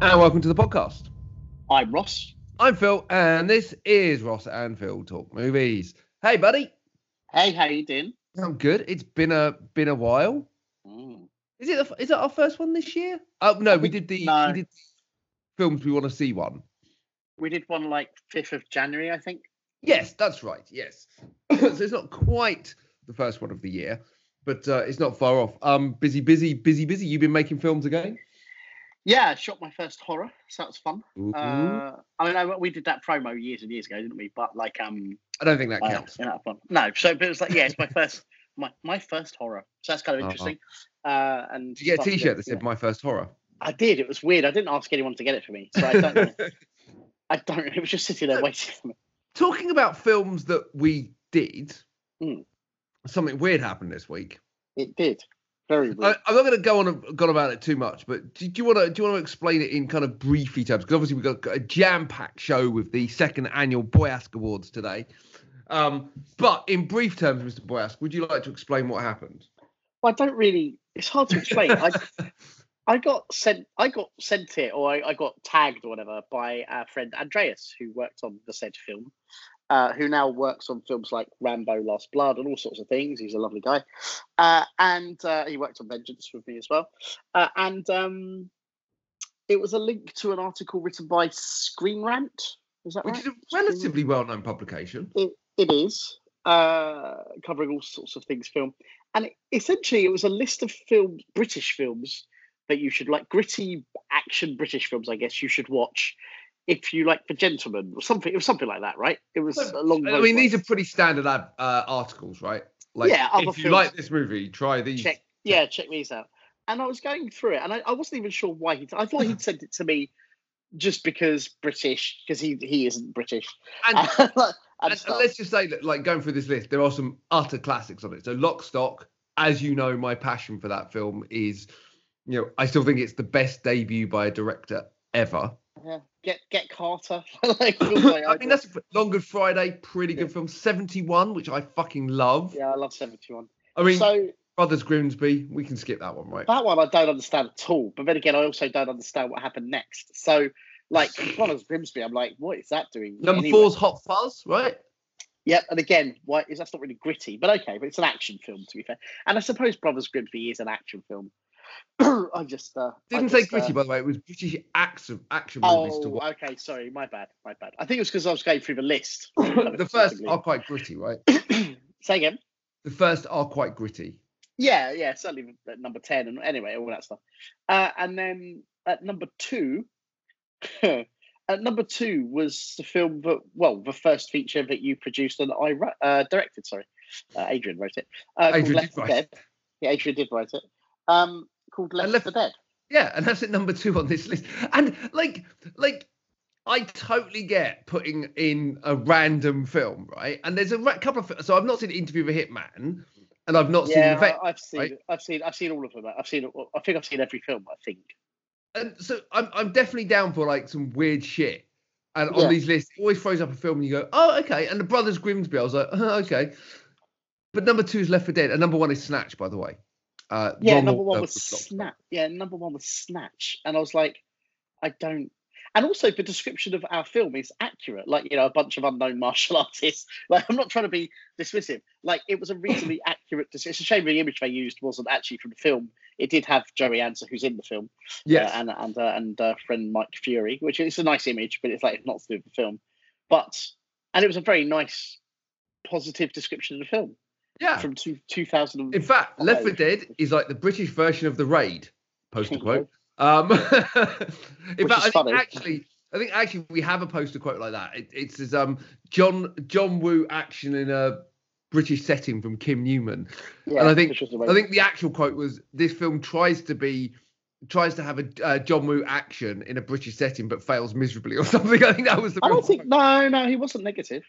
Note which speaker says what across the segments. Speaker 1: welcome to the podcast.
Speaker 2: I'm Ross.
Speaker 1: I'm Phil, and this is Ross and Phil Talk Movies. Hey, buddy.
Speaker 2: Hey, how you doing?
Speaker 1: I'm good. It's been a been a while.
Speaker 2: Mm.
Speaker 1: Is it? The, is that our first one this year? Oh no, we did the
Speaker 2: No.
Speaker 1: we did films we want to see one.
Speaker 2: We did one like 5th of January, I think.
Speaker 1: Yes, that's right. Yes, so it's not quite the first one of the year, but uh, it's not far off. Um, busy, busy, busy, busy. You've been making films again.
Speaker 2: Yeah, I shot my first horror, so that was fun.
Speaker 1: Ooh. Mm-hmm.
Speaker 2: Uh, I mean, I, we did that promo years and years ago, didn't we? But like, um,
Speaker 1: I don't think that
Speaker 2: uh,
Speaker 1: counts.
Speaker 2: yeah, that was fun. No, so but it was like, yeah, it's my first, my my first horror. So that's kind of
Speaker 1: Uh-huh.
Speaker 2: interesting. Uh, and
Speaker 1: Did you get a
Speaker 2: stuff
Speaker 1: T-shirt that
Speaker 2: yeah.
Speaker 1: said "My First Horror"?
Speaker 2: I did. It was weird. I didn't ask anyone to get it for me, so I don't. know. I don't. It was just sitting there waiting for me.
Speaker 1: Talking about films that we did,
Speaker 2: Mm.
Speaker 1: something weird happened this week.
Speaker 2: It did. Very
Speaker 1: I,
Speaker 2: weird.
Speaker 1: I'm not going to go on go on about it too much, but do, do you want to do you want to explain it in kind of briefy terms? Because obviously we've got a jam-packed show with the second annual Boyask Awards today. Um, but in brief terms, Mr. Boyask, would you like to explain what happened?
Speaker 2: Well, I don't really. It's hard to explain. I, I got sent. I got sent it, or I, I got tagged, or whatever, by our friend Andreas, who worked on the said film, uh, who now works on films like Rambo: Last Blood and all sorts of things. He's a lovely guy, uh, and uh, he worked on Vengeance with me as well. Uh, and um, it was a link to an article written by Screen Rant. Is that
Speaker 1: Which
Speaker 2: right?
Speaker 1: is a relatively well-known publication.
Speaker 2: It is uh, covering all sorts of things film, and it- essentially it was a list of films, British films that you should like, gritty action British films, I guess you should watch if you like The Gentleman or something. It was something like that, right? It was along.
Speaker 1: I
Speaker 2: those
Speaker 1: mean, these are
Speaker 2: lines.
Speaker 1: pretty standard ad, uh, articles, right? Like,
Speaker 2: Yeah, other
Speaker 1: if you
Speaker 2: films-
Speaker 1: like this movie, try these.
Speaker 2: check. Yeah, check these out. And I was going through it, and I, I wasn't even sure why he. I thought he'd sent it to me just because British, because he he isn't British.
Speaker 1: And-
Speaker 2: and
Speaker 1: and, and
Speaker 2: stuff.
Speaker 1: let's just say that, like going through this list, there are some utter classics on it. So Lock Stock, as you know, my passion for that film is, you know, I still think it's the best debut by a director ever.
Speaker 2: Yeah. Get get Carter. like, films like
Speaker 1: I mean,
Speaker 2: do.
Speaker 1: that's Long Good Friday, pretty good film. Seventy One, which I fucking love.
Speaker 2: Yeah, I love 71.
Speaker 1: I mean,
Speaker 2: so
Speaker 1: Brothers Grimsby, we can skip that one, right?
Speaker 2: that one I don't understand at all. But then again, I also don't understand what happened next. So, like, Connors Grimsby, I'm like, what is that doing?
Speaker 1: Number
Speaker 2: anyway?
Speaker 1: four's Hot Fuzz, right?
Speaker 2: Yep. And again, why is that's not really gritty, but okay, but it's an action film to be fair. And I suppose Brothers Grimsby is an action film. I just uh, I
Speaker 1: Didn't say
Speaker 2: just, uh,
Speaker 1: gritty, by the way. It was British action action movies to
Speaker 2: Oh,
Speaker 1: watch.
Speaker 2: okay. Sorry, my bad, my bad. I think it was because I was going through the list.
Speaker 1: the first are quite gritty, right?
Speaker 2: Say again.
Speaker 1: The first are quite gritty.
Speaker 2: Yeah, yeah, certainly at number 10 and anyway, all that stuff. Uh, and then at number two, at number two was the film that, well, the first feature that you produced and I wrote, uh, directed, sorry. Uh, Adrian wrote it. Uh, called
Speaker 1: Adrian
Speaker 2: Left
Speaker 1: did
Speaker 2: for
Speaker 1: write
Speaker 2: Dead. Yeah, Adrian did write it. Um, called Left,
Speaker 1: Left-
Speaker 2: for Dead.
Speaker 1: Yeah, and that's at number two on this list. And like, like, I totally get putting in a random film, right? And there's a ra- couple of fi- so I've not seen Interview with a Hitman, and I've not seen
Speaker 2: Yeah,
Speaker 1: the Vet.
Speaker 2: I, have seen,
Speaker 1: right?
Speaker 2: I've seen, I've seen all of them. I've seen, I think I've seen every film. I think.
Speaker 1: And so I'm I'm definitely down for like some weird shit. And on
Speaker 2: Yeah.
Speaker 1: these lists, it always throws up a film, and you go, oh okay. And the Brothers Grimsby, I was like, uh, okay. But number two is Left for Dead, and number one is Snatch, by the way. Uh,
Speaker 2: Yeah,
Speaker 1: Ron
Speaker 2: number one
Speaker 1: Wolf-
Speaker 2: was
Speaker 1: uh,
Speaker 2: snatch. Yeah, number one was snatch, and I was like, I don't. And also, the description of our film is accurate. Like you know, a bunch of unknown martial artists. Like I'm not trying to be dismissive. Like it was a reasonably accurate. Dis- it's a shame the image they used wasn't actually from the film. It did have Joey Answer, who's in the film,
Speaker 1: Yes.
Speaker 2: uh, and and uh, and uh, friend Mike Fury, which is a nice image, but it's like it's not to do with the film. But and it was a very nice, positive description of the film
Speaker 1: yeah.
Speaker 2: from two, 2000.
Speaker 1: In fact, Left 4
Speaker 2: Okay.
Speaker 1: Dead is like the British version of the raid, poster quote. Um, in
Speaker 2: Which
Speaker 1: fact,
Speaker 2: is
Speaker 1: I think
Speaker 2: funny.
Speaker 1: actually, I think actually we have a poster quote like that. It, it says um, John John Woo action in a British setting from Kim Newman.
Speaker 2: yeah,
Speaker 1: and I think-
Speaker 2: which was
Speaker 1: I think the actual quote was this film tries to be tries to have a uh, John Woo action in a British setting but fails miserably or something. I think that was the.
Speaker 2: I
Speaker 1: real
Speaker 2: don't
Speaker 1: quote.
Speaker 2: think. No, no, he wasn't negative.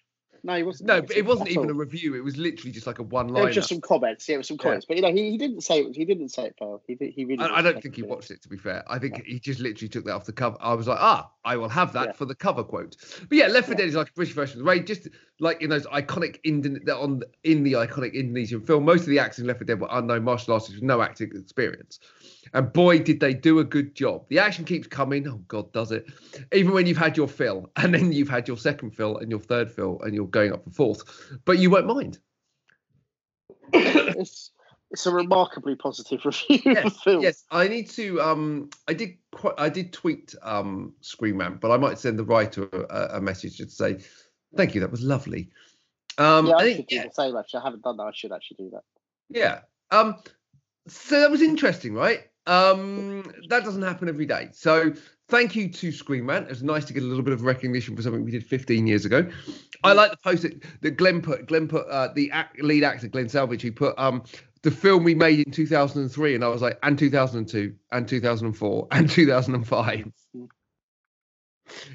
Speaker 2: No, he wasn't.
Speaker 1: No, but it
Speaker 2: negative
Speaker 1: wasn't
Speaker 2: at
Speaker 1: even a
Speaker 2: all.
Speaker 1: review. It was literally just like a one
Speaker 2: There were
Speaker 1: liner.
Speaker 2: just some comments. Yeah, it was some
Speaker 1: Yeah.
Speaker 2: comments. But you know, he, he didn't say it. was- He didn't say it, pal. He did, he really.
Speaker 1: I, I
Speaker 2: wasn't
Speaker 1: don't think he
Speaker 2: negative.
Speaker 1: watched it. To be fair, I think
Speaker 2: No.
Speaker 1: he just literally took that off the cover. I was like, ah, I will have that
Speaker 2: Yeah.
Speaker 1: for the cover quote. But yeah, Left 4
Speaker 2: Yeah.
Speaker 1: Dead is like a British version of the raid, just like in those iconic Indon- that on in the iconic Indonesian film. Most of the actors in Left 4 Dead were unknown martial artists with no acting experience, and boy, did they do a good job. The action keeps coming. Oh God, does it? Even when you've had your fill, and then you've had your second fill, and your third fill, and you're going up for fourth, but you won't mind.
Speaker 2: It's, it's a remarkably positive review of the
Speaker 1: yes,
Speaker 2: film.
Speaker 1: yes. I need to. Um, I did. Quite, I did tweet um, Scream Man, but I might send the writer a, a message to say, "Thank you, that was lovely." Um,
Speaker 2: yeah,
Speaker 1: I
Speaker 2: I,
Speaker 1: think-
Speaker 2: should do
Speaker 1: yeah,
Speaker 2: the same. Actually, I haven't done that. I should actually do that.
Speaker 1: yeah. Um, so that was interesting, right? Um, that doesn't happen every day. So thank you to Scream Man. It was nice to get a little bit of recognition for something we did 15 years ago. I like the post that, that Glenn put. Glenn put uh, the ac- lead actor Glenn Salvage. He put um, the film we made in 2003, and I was like, and 2002, and 2004, and 2005.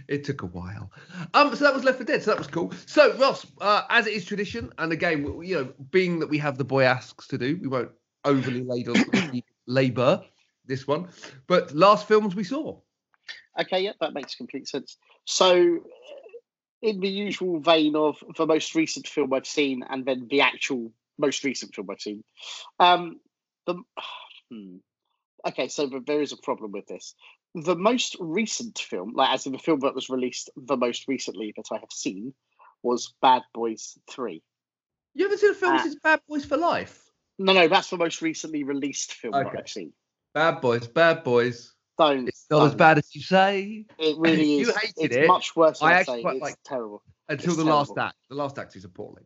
Speaker 1: It took a while. Um, so that was Left for Dead. So that was cool. So Ross, uh, as it is tradition, and again, w- you know, being that we have the boy asks to do, we won't overly labor, labor this one. But last films we saw.
Speaker 2: Okay, yeah, that makes complete sense. So, eh, in the usual vein of the most recent film I've seen, and then the actual most recent film I've seen, um, the hmm. okay, so th- there is a problem with this. The most recent film, like as in the film that was released the most recently that I have seen, was Bad Boys Three.
Speaker 1: You haven't seen a film
Speaker 2: Ah.
Speaker 1: since Bad Boys for Life.
Speaker 2: No, no, that's the most recently released film
Speaker 1: Okay.
Speaker 2: that I've seen.
Speaker 1: Bad Boys, Bad Boys.
Speaker 2: Don't.
Speaker 1: It's not as
Speaker 2: don't.
Speaker 1: bad as you say.
Speaker 2: It really is.
Speaker 1: You hated
Speaker 2: it's
Speaker 1: it.
Speaker 2: much worse.
Speaker 1: I
Speaker 2: I'd
Speaker 1: actually
Speaker 2: say.
Speaker 1: quite
Speaker 2: it's
Speaker 1: liked
Speaker 2: terrible.
Speaker 1: Until
Speaker 2: It's
Speaker 1: the last
Speaker 2: terrible.
Speaker 1: act. The last act is appalling.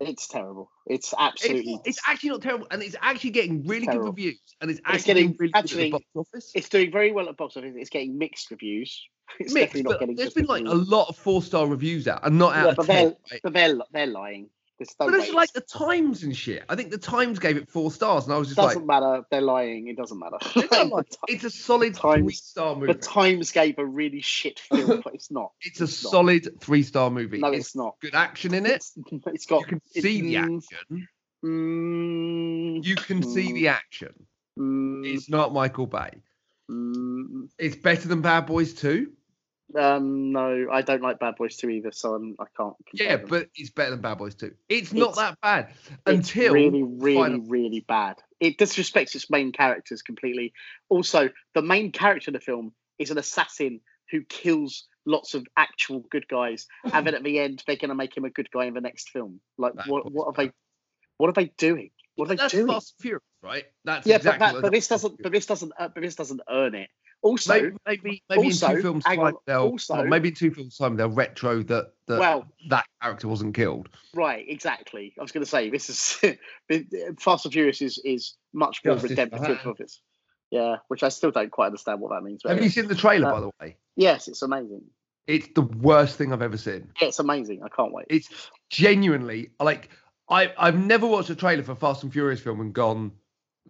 Speaker 2: It's terrible. It's
Speaker 1: It's,
Speaker 2: absolutely.
Speaker 1: not- it's actually not terrible, and it's actually getting really good
Speaker 2: Terrible.
Speaker 1: reviews, and it's actually
Speaker 2: It's getting-
Speaker 1: doing really
Speaker 2: actually,
Speaker 1: good at the box office.
Speaker 2: it's doing very well at box office. It's getting mixed reviews. It's
Speaker 1: mixed,
Speaker 2: definitely
Speaker 1: but
Speaker 2: not getting.
Speaker 1: there's
Speaker 2: There's
Speaker 1: been like a lot of four star reviews out, and not out
Speaker 2: Yeah,
Speaker 1: of
Speaker 2: but
Speaker 1: ten.
Speaker 2: they're-
Speaker 1: right?
Speaker 2: but they're they're lying. There's no
Speaker 1: But
Speaker 2: way.
Speaker 1: it's like the Times and shit. I think the Times gave it four stars, and I was
Speaker 2: it
Speaker 1: just like,
Speaker 2: doesn't matter. They're lying. It doesn't matter.
Speaker 1: It's not like-
Speaker 2: The Ti-
Speaker 1: it's a solid
Speaker 2: The Times-
Speaker 1: three star
Speaker 2: the
Speaker 1: movie.
Speaker 2: Times gave a really shit film, but it's not.
Speaker 1: It's a
Speaker 2: it's not.
Speaker 1: solid three star movie.
Speaker 2: No,
Speaker 1: it's
Speaker 2: it's not.
Speaker 1: good action in it.
Speaker 2: It's, it's
Speaker 1: You
Speaker 2: got.
Speaker 1: can
Speaker 2: it-
Speaker 1: see the
Speaker 2: mm,
Speaker 1: action.
Speaker 2: mm,
Speaker 1: You can see
Speaker 2: Mm.
Speaker 1: the action.
Speaker 2: mm,
Speaker 1: It's not Michael Bay.
Speaker 2: mm,
Speaker 1: It's better than Bad Boys 2.
Speaker 2: um, no, I don't like Bad Boys 2 either, so I'm, I can't. compare
Speaker 1: Yeah,
Speaker 2: them.
Speaker 1: but it's better than Bad Boys 2. It's not
Speaker 2: It's-
Speaker 1: that bad
Speaker 2: It's
Speaker 1: until
Speaker 2: really,
Speaker 1: the
Speaker 2: really,
Speaker 1: final-
Speaker 2: really bad. It disrespects its main characters completely. Also, the main character in the film is an assassin who kills lots of actual good guys, and then at the end they're going to make him a good guy in the next film. Like,
Speaker 1: That
Speaker 2: what?
Speaker 1: was
Speaker 2: What are
Speaker 1: bad.
Speaker 2: they? What are they doing? What are they
Speaker 1: That's
Speaker 2: doing?
Speaker 1: Fast and Furious, right? That's
Speaker 2: yeah,
Speaker 1: exactly
Speaker 2: but,
Speaker 1: what
Speaker 2: that, but this doesn't. But this doesn't. Uh, but this doesn't earn it. Also,
Speaker 1: maybe maybe, maybe in
Speaker 2: also,
Speaker 1: two films
Speaker 2: hang
Speaker 1: time
Speaker 2: on,
Speaker 1: they'll
Speaker 2: also-
Speaker 1: well, maybe in two films time they'll retro that that
Speaker 2: well,
Speaker 1: that character wasn't killed.
Speaker 2: Right, exactly. I was going to say this is Fast and Furious is is much more
Speaker 1: Justice for
Speaker 2: redemptive
Speaker 1: her.
Speaker 2: of it. Yeah, which I still don't quite understand what that means. but
Speaker 1: Have you seen the trailer
Speaker 2: Uh,
Speaker 1: by the way?
Speaker 2: yes, it's amazing.
Speaker 1: It's the worst thing I've ever seen.
Speaker 2: It's amazing. I can't wait.
Speaker 1: It's genuinely like I I've never watched a trailer for a Fast and Furious film and gone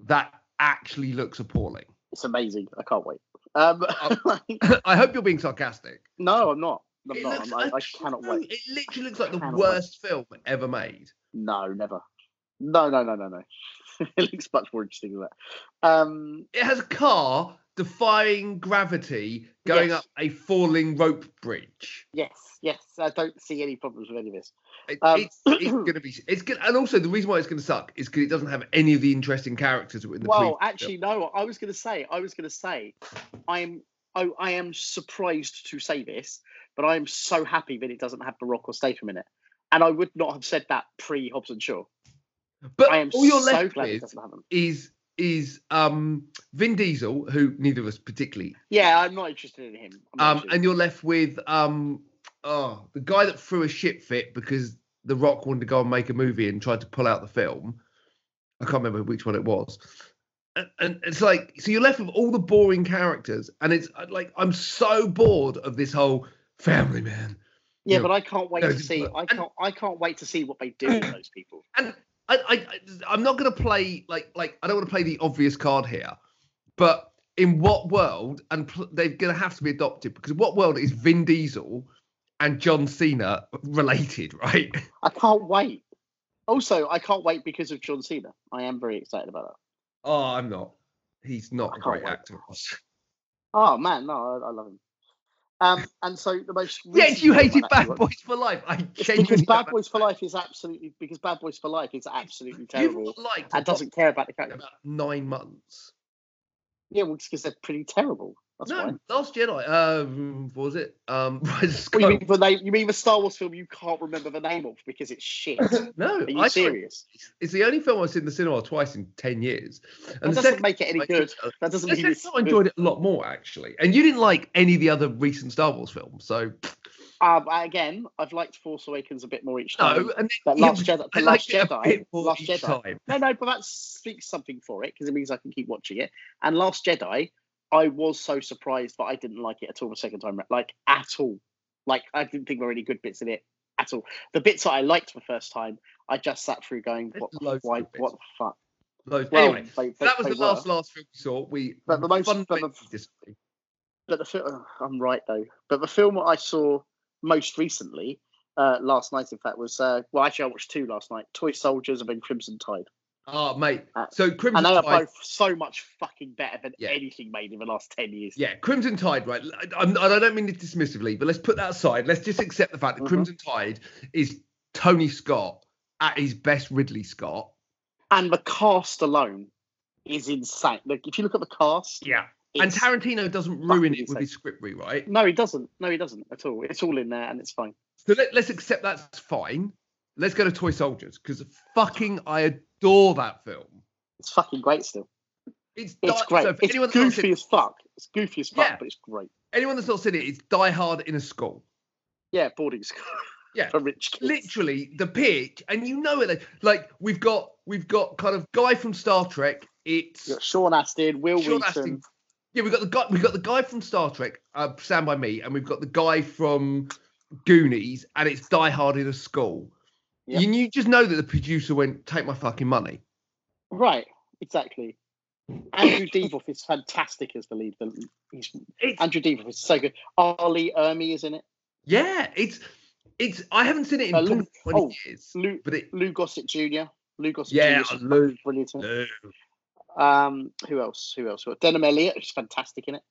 Speaker 1: that actually looks appalling.
Speaker 2: It's amazing. I can't wait. Um,
Speaker 1: I hope you're being sarcastic.
Speaker 2: no, I'm not. I'm
Speaker 1: It
Speaker 2: not.
Speaker 1: looks
Speaker 2: I'm- I, I
Speaker 1: atro-
Speaker 2: cannot wait.
Speaker 1: It literally looks like the
Speaker 2: Cannot wait.
Speaker 1: worst film ever made.
Speaker 2: No, never. No, no, no, no, no. it looks much more interesting than that. Um,
Speaker 1: It has a car defying gravity going
Speaker 2: Yes.
Speaker 1: up a falling rope bridge.
Speaker 2: yes, yes. I don't see any problems with any of this.
Speaker 1: It,
Speaker 2: Um,
Speaker 1: it's, it's gonna be it's gonna and also the reason why it's gonna suck is because it doesn't have any of the interesting characters that were in the
Speaker 2: well
Speaker 1: previous
Speaker 2: actually no i was going to say i was going to say i'm I, I am surprised to say this but i'm so happy that it doesn't have barack or statham in it and i would not have said that pre hobbs and shaw
Speaker 1: film. But
Speaker 2: i am
Speaker 1: all you're
Speaker 2: so
Speaker 1: left
Speaker 2: glad it
Speaker 1: with
Speaker 2: doesn't have them
Speaker 1: is is um Vin Diesel, who neither of us particularly,
Speaker 2: yeah i'm not interested in him I'm not
Speaker 1: um,
Speaker 2: interested.
Speaker 1: and you're left with um oh the guy that threw a shit fit because The Rock wanted to go and make a movie and tried to pull out the film. I can't remember which one it was. And, and it's like so you're left with all the boring characters, and it's uh, like I'm so bored of this whole family man.
Speaker 2: yeah
Speaker 1: no.
Speaker 2: but i can't wait
Speaker 1: No,
Speaker 2: to
Speaker 1: just
Speaker 2: see
Speaker 1: look.
Speaker 2: i
Speaker 1: And-
Speaker 2: can't i can't wait to see what they do with those people
Speaker 1: I, I, I- I'm not going to play like like I don't want to play the obvious card here, but in what world and pl- they're going to have to be adopted because what world is Vin Diesel and John Cena related, right?
Speaker 2: i can't wait also i can't wait because of john cena i am very excited about that
Speaker 1: Oh, I'm not. He's not a
Speaker 2: I can't
Speaker 1: great
Speaker 2: wait.
Speaker 1: actor. Ross.
Speaker 2: oh man no i, I love him Um, and so the most
Speaker 1: Yes, you
Speaker 2: recent
Speaker 1: hated
Speaker 2: film I
Speaker 1: Bad
Speaker 2: actually watched-
Speaker 1: Boys for Life. I
Speaker 2: It's
Speaker 1: genuinely
Speaker 2: because Bad
Speaker 1: don't-
Speaker 2: Boys for Life is absolutely because Bad Boys for Life is absolutely terrible
Speaker 1: You've liked
Speaker 2: and doesn't care about the characters.
Speaker 1: about nine months.
Speaker 2: Yeah, well, because they're pretty terrible. That's
Speaker 1: no,
Speaker 2: why.
Speaker 1: Last Jedi. Um, what was it? Um, Rise of
Speaker 2: What, you,
Speaker 1: Skywalker.
Speaker 2: mean the name, you mean the Star Wars film you can't remember the name of because it's shit? Are
Speaker 1: no,
Speaker 2: you
Speaker 1: I saw it.
Speaker 2: serious?
Speaker 1: it's the only film I've seen in the cinema twice in ten years.
Speaker 2: That
Speaker 1: the
Speaker 2: doesn't
Speaker 1: second
Speaker 2: make it any
Speaker 1: time I-
Speaker 2: good. That doesn't
Speaker 1: The
Speaker 2: mean
Speaker 1: second
Speaker 2: it's.
Speaker 1: time I enjoyed it a lot more actually, and you didn't like any of the other recent Star Wars films, so
Speaker 2: Um, again, I've liked Force Awakens a bit more each time.
Speaker 1: no. And then
Speaker 2: But
Speaker 1: you-
Speaker 2: Last Jedi,
Speaker 1: I
Speaker 2: the
Speaker 1: liked
Speaker 2: Last
Speaker 1: it a
Speaker 2: Jedi,
Speaker 1: bit more
Speaker 2: Last
Speaker 1: each
Speaker 2: Jedi.
Speaker 1: time.
Speaker 2: No, no, but that speaks something for it because it means I can keep watching it. And Last Jedi, I was so surprised that I didn't like it at all the second time, round, like at all. Like I didn't think there were any good bits in it at all. The bits that I liked the first time, I just sat through going,
Speaker 1: There's
Speaker 2: "What?
Speaker 1: loads
Speaker 2: the-
Speaker 1: of
Speaker 2: Why?
Speaker 1: bits.
Speaker 2: What the fuck?"
Speaker 1: Those-
Speaker 2: Well,
Speaker 1: anyway,
Speaker 2: they- they-
Speaker 1: that was
Speaker 2: they
Speaker 1: the
Speaker 2: were.
Speaker 1: last last film we saw. We
Speaker 2: But the most- but the-
Speaker 1: fundamentally disagree.
Speaker 2: But the film, I'm right though. But the film I saw most recently, uh, last night, in fact, was uh, well, actually, I watched two last night: Toy Soldiers and then Crimson Tide.
Speaker 1: Oh, mate.
Speaker 2: Uh,
Speaker 1: So Crimson
Speaker 2: and they are
Speaker 1: Tide.
Speaker 2: both so much fucking better than
Speaker 1: Yeah.
Speaker 2: anything made in the last ten years.
Speaker 1: Yeah, Crimson Tide, right? I, I'm- I don't mean it dismissively, but let's put that aside. Let's just accept the fact that
Speaker 2: Mhm.
Speaker 1: Crimson Tide is Tony Scott at his best Ridley Scott.
Speaker 2: And the cast alone is insane. Like if you look at the cast,
Speaker 1: Yeah. And
Speaker 2: it's-
Speaker 1: Tarantino doesn't ruin it
Speaker 2: fucking
Speaker 1: with
Speaker 2: insane.
Speaker 1: his script rewrite.
Speaker 2: no, he doesn't. No, he doesn't at all. It's all in there, and it's fine.
Speaker 1: So let, let's accept that's fine. Let's go to Toy Soldiers because fucking I adore that film.
Speaker 2: It's fucking great still.
Speaker 1: It's,
Speaker 2: It's
Speaker 1: di-
Speaker 2: great.
Speaker 1: So for
Speaker 2: it's
Speaker 1: anyone, that's not
Speaker 2: goofy
Speaker 1: seen,
Speaker 2: as fuck. It's goofy as fuck,
Speaker 1: Yeah.
Speaker 2: but it's great.
Speaker 1: anyone that's not seen it, it's Die Hard in a school.
Speaker 2: Yeah, boarding school.
Speaker 1: Yeah.
Speaker 2: for rich kids.
Speaker 1: literally the pitch, and you know it. Like, like we've got we've got kind of guy from Star Trek. It's
Speaker 2: You've got Sean Astin, Will
Speaker 1: Sean
Speaker 2: Wheaton.
Speaker 1: Astin. yeah, we've got the guy we've got the guy from Star Trek, uh, Stand by Me, and we've got the guy from Goonies, and it's Die Hard in a school.
Speaker 2: Yep.
Speaker 1: And you just know that the producer went, "Take my fucking money."
Speaker 2: Right, exactly. Andrew Devoff is fantastic as the lead. villain. He's,
Speaker 1: It's
Speaker 2: Andrew Devoff is so good. Arlie Ermy is in it.
Speaker 1: yeah, it's it's. I haven't seen it in
Speaker 2: Uh, Lou-
Speaker 1: probably twenty
Speaker 2: oh,
Speaker 1: years,
Speaker 2: Luke
Speaker 1: but it.
Speaker 2: Lou Gossett Jr. Lou Gossett
Speaker 1: Yeah,
Speaker 2: Jr. 's
Speaker 1: Lou.
Speaker 2: brilliant. in it.
Speaker 1: No.
Speaker 2: Um, who else? Who else? Well, Denham Elliott is fantastic in it.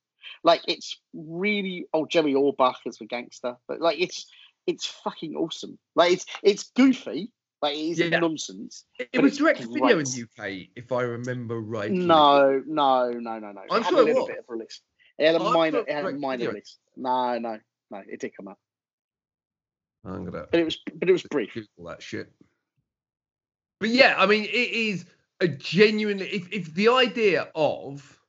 Speaker 2: Like it's really oh Jerry Orbach as the gangster, but like it's it's fucking awesome. Like it's it's goofy. Like it is
Speaker 1: Yeah.
Speaker 2: nonsense.
Speaker 1: It,
Speaker 2: but
Speaker 1: was
Speaker 2: it's
Speaker 1: direct to video in
Speaker 2: great.
Speaker 1: UK, if I remember right.
Speaker 2: No, no, no, no, no.
Speaker 1: I'm
Speaker 2: it had
Speaker 1: sure
Speaker 2: a
Speaker 1: it
Speaker 2: little
Speaker 1: was.
Speaker 2: bit of release. It had a
Speaker 1: I'm
Speaker 2: minor.
Speaker 1: sure
Speaker 2: It had a
Speaker 1: it's
Speaker 2: minor
Speaker 1: video.
Speaker 2: release. No, no, no. It did come out,
Speaker 1: I'm gonna.
Speaker 2: but it was but it was brief.
Speaker 1: Google that shit. But yeah, I mean, it is a genuinely. If, if the idea of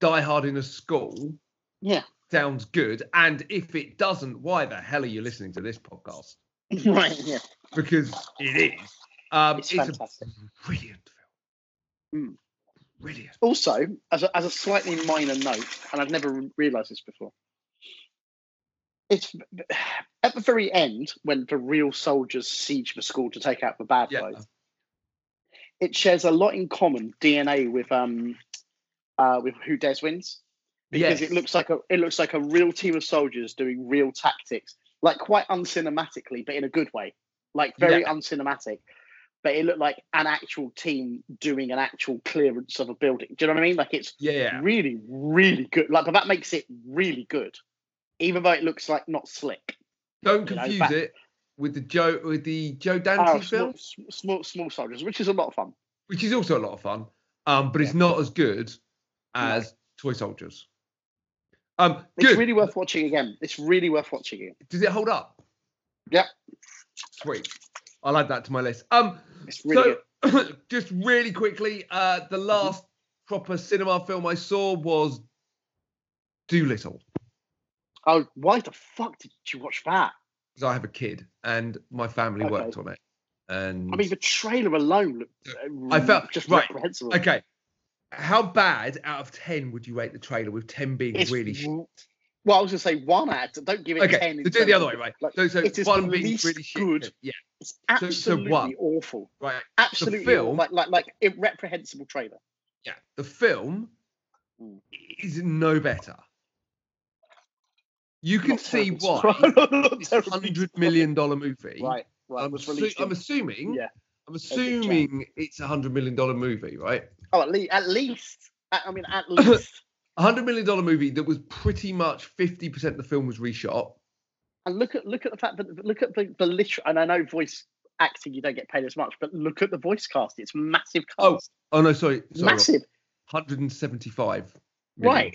Speaker 1: Die Hard in a school
Speaker 2: Yeah,
Speaker 1: sounds good, and if it doesn't, why the hell are you listening to this podcast?
Speaker 2: right. Yeah,
Speaker 1: Because it is. Um,
Speaker 2: it's
Speaker 1: it's,
Speaker 2: fantastic.
Speaker 1: a brilliant film.
Speaker 2: Mm.
Speaker 1: Brilliant.
Speaker 2: Also, as a, as a slightly minor note, and I've never re- realised this before, it's at the very end when the real soldiers siege the school to take out the bad
Speaker 1: Yeah.
Speaker 2: guys. It shares a lot in common DNA with um uh with Who Dares Wins because
Speaker 1: Yes.
Speaker 2: it looks like a it looks like a real team of soldiers doing real tactics, like quite uncinematically, but in a good way, like very
Speaker 1: Yeah.
Speaker 2: uncinematic. But it looked like an actual team doing an actual clearance of a building. Do you know what I mean? Like it's
Speaker 1: Yeah, yeah.
Speaker 2: really, really good. Like, but that makes it really good, even though it looks like not slick.
Speaker 1: Don't
Speaker 2: you know,
Speaker 1: confuse
Speaker 2: back-
Speaker 1: it with the Joe with the Joe Dante
Speaker 2: Oh,
Speaker 1: film,
Speaker 2: small, sm- small, small soldiers, which is a lot of fun.
Speaker 1: which is also a lot of fun, um, but it's not as good as Toy Soldiers. Um,
Speaker 2: It's
Speaker 1: good.
Speaker 2: really worth watching again. It's really worth watching again.
Speaker 1: Does it hold up?
Speaker 2: Yep.
Speaker 1: Sweet. I'll add that to my list. Um,
Speaker 2: It's really good. Mm-hmm.
Speaker 1: so just really quickly, uh, the last proper cinema film I saw was Doolittle
Speaker 2: Oh, why the fuck did you watch that?
Speaker 1: because I have a kid and my family
Speaker 2: Okay.
Speaker 1: worked on it. And
Speaker 2: I mean, the trailer alone looked uh,
Speaker 1: I felt-
Speaker 2: just
Speaker 1: right,
Speaker 2: reprehensible.
Speaker 1: okay, how bad out of ten would you rate the trailer? With ten being
Speaker 2: It's
Speaker 1: really shit.
Speaker 2: w- Well, I was gonna say one ad. Don't give it
Speaker 1: Okay,
Speaker 2: ten.
Speaker 1: so
Speaker 2: in
Speaker 1: do it the
Speaker 2: terms
Speaker 1: other
Speaker 2: of-
Speaker 1: way, right?
Speaker 2: Like,
Speaker 1: So, so
Speaker 2: it is
Speaker 1: one
Speaker 2: the
Speaker 1: being
Speaker 2: least
Speaker 1: really shit.
Speaker 2: good.
Speaker 1: Yeah,
Speaker 2: it's
Speaker 1: so-
Speaker 2: absolutely
Speaker 1: so one.
Speaker 2: awful.
Speaker 1: right.
Speaker 2: Absolutely
Speaker 1: film-
Speaker 2: like like like irreprehensible trailer.
Speaker 1: Yeah, the film
Speaker 2: Mm.
Speaker 1: is no better. You can
Speaker 2: Not
Speaker 1: see
Speaker 2: terribly
Speaker 1: why
Speaker 2: surprised. Not
Speaker 1: this
Speaker 2: terribly
Speaker 1: hundred million dollar movie.
Speaker 2: surprised. Right, right.
Speaker 1: I'm,
Speaker 2: was
Speaker 1: assu-
Speaker 2: released.
Speaker 1: I'm
Speaker 2: in-
Speaker 1: assuming.
Speaker 2: yeah.
Speaker 1: I'm
Speaker 2: of Jan.
Speaker 1: assuming it's a hundred million dollar movie, right?
Speaker 2: Oh, at least, at least. At, I mean, at least.
Speaker 1: a hundred million dollar movie that was pretty much fifty percent of the film was reshot.
Speaker 2: And look at look at the fact that look at the the literal. And I know voice acting you don't get paid as much, but look at the voice cast. It's massive cast.
Speaker 1: Oh, Oh no, sorry, sorry
Speaker 2: massive.
Speaker 1: Hundred and seventy five.
Speaker 2: Right.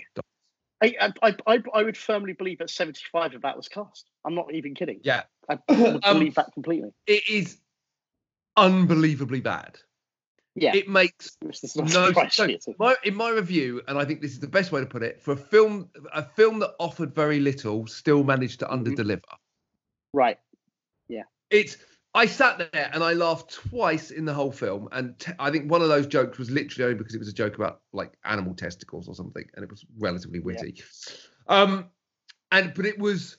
Speaker 2: I, I I I would firmly believe that seventy five of that was cast. I'm not even kidding.
Speaker 1: Yeah.
Speaker 2: I would
Speaker 1: Um,
Speaker 2: believe that completely.
Speaker 1: It is unbelievably bad.
Speaker 2: Yeah.
Speaker 1: It makes
Speaker 2: It's just not
Speaker 1: no-
Speaker 2: surprising
Speaker 1: so-
Speaker 2: at all.
Speaker 1: my in my review, and I think this is the best way to put it, for a film a film that offered very little still managed to
Speaker 2: Mhm.
Speaker 1: underdeliver.
Speaker 2: Right.
Speaker 1: It's I sat there and I laughed twice in the whole film, and t- I think one of those jokes was literally only because it was a joke about like animal testicles or something, and it was relatively witty. Um, and but it was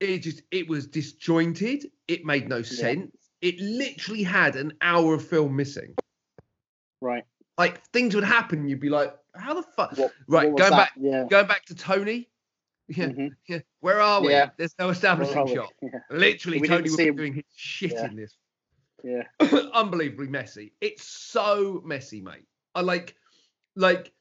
Speaker 1: it just it was disjointed. It made no sense. It literally had an hour of film missing.
Speaker 2: Right.
Speaker 1: Like things would happen, you'd be like, "How the fuck?"
Speaker 2: What-
Speaker 1: Right,
Speaker 2: What was
Speaker 1: going
Speaker 2: that?
Speaker 1: back
Speaker 2: Yeah.
Speaker 1: going back to Tony. Yeah,
Speaker 2: Mhm.
Speaker 1: yeah. Where are we?
Speaker 2: Yeah.
Speaker 1: There's no
Speaker 2: Where
Speaker 1: establishing
Speaker 2: are we?
Speaker 1: shot.
Speaker 2: Yeah.
Speaker 1: Literally,
Speaker 2: We didn't
Speaker 1: Tony would
Speaker 2: see
Speaker 1: be
Speaker 2: him.
Speaker 1: doing his shit
Speaker 2: Yeah.
Speaker 1: in this
Speaker 2: Yeah.
Speaker 1: unbelievably messy. It's so messy, mate. I like, like,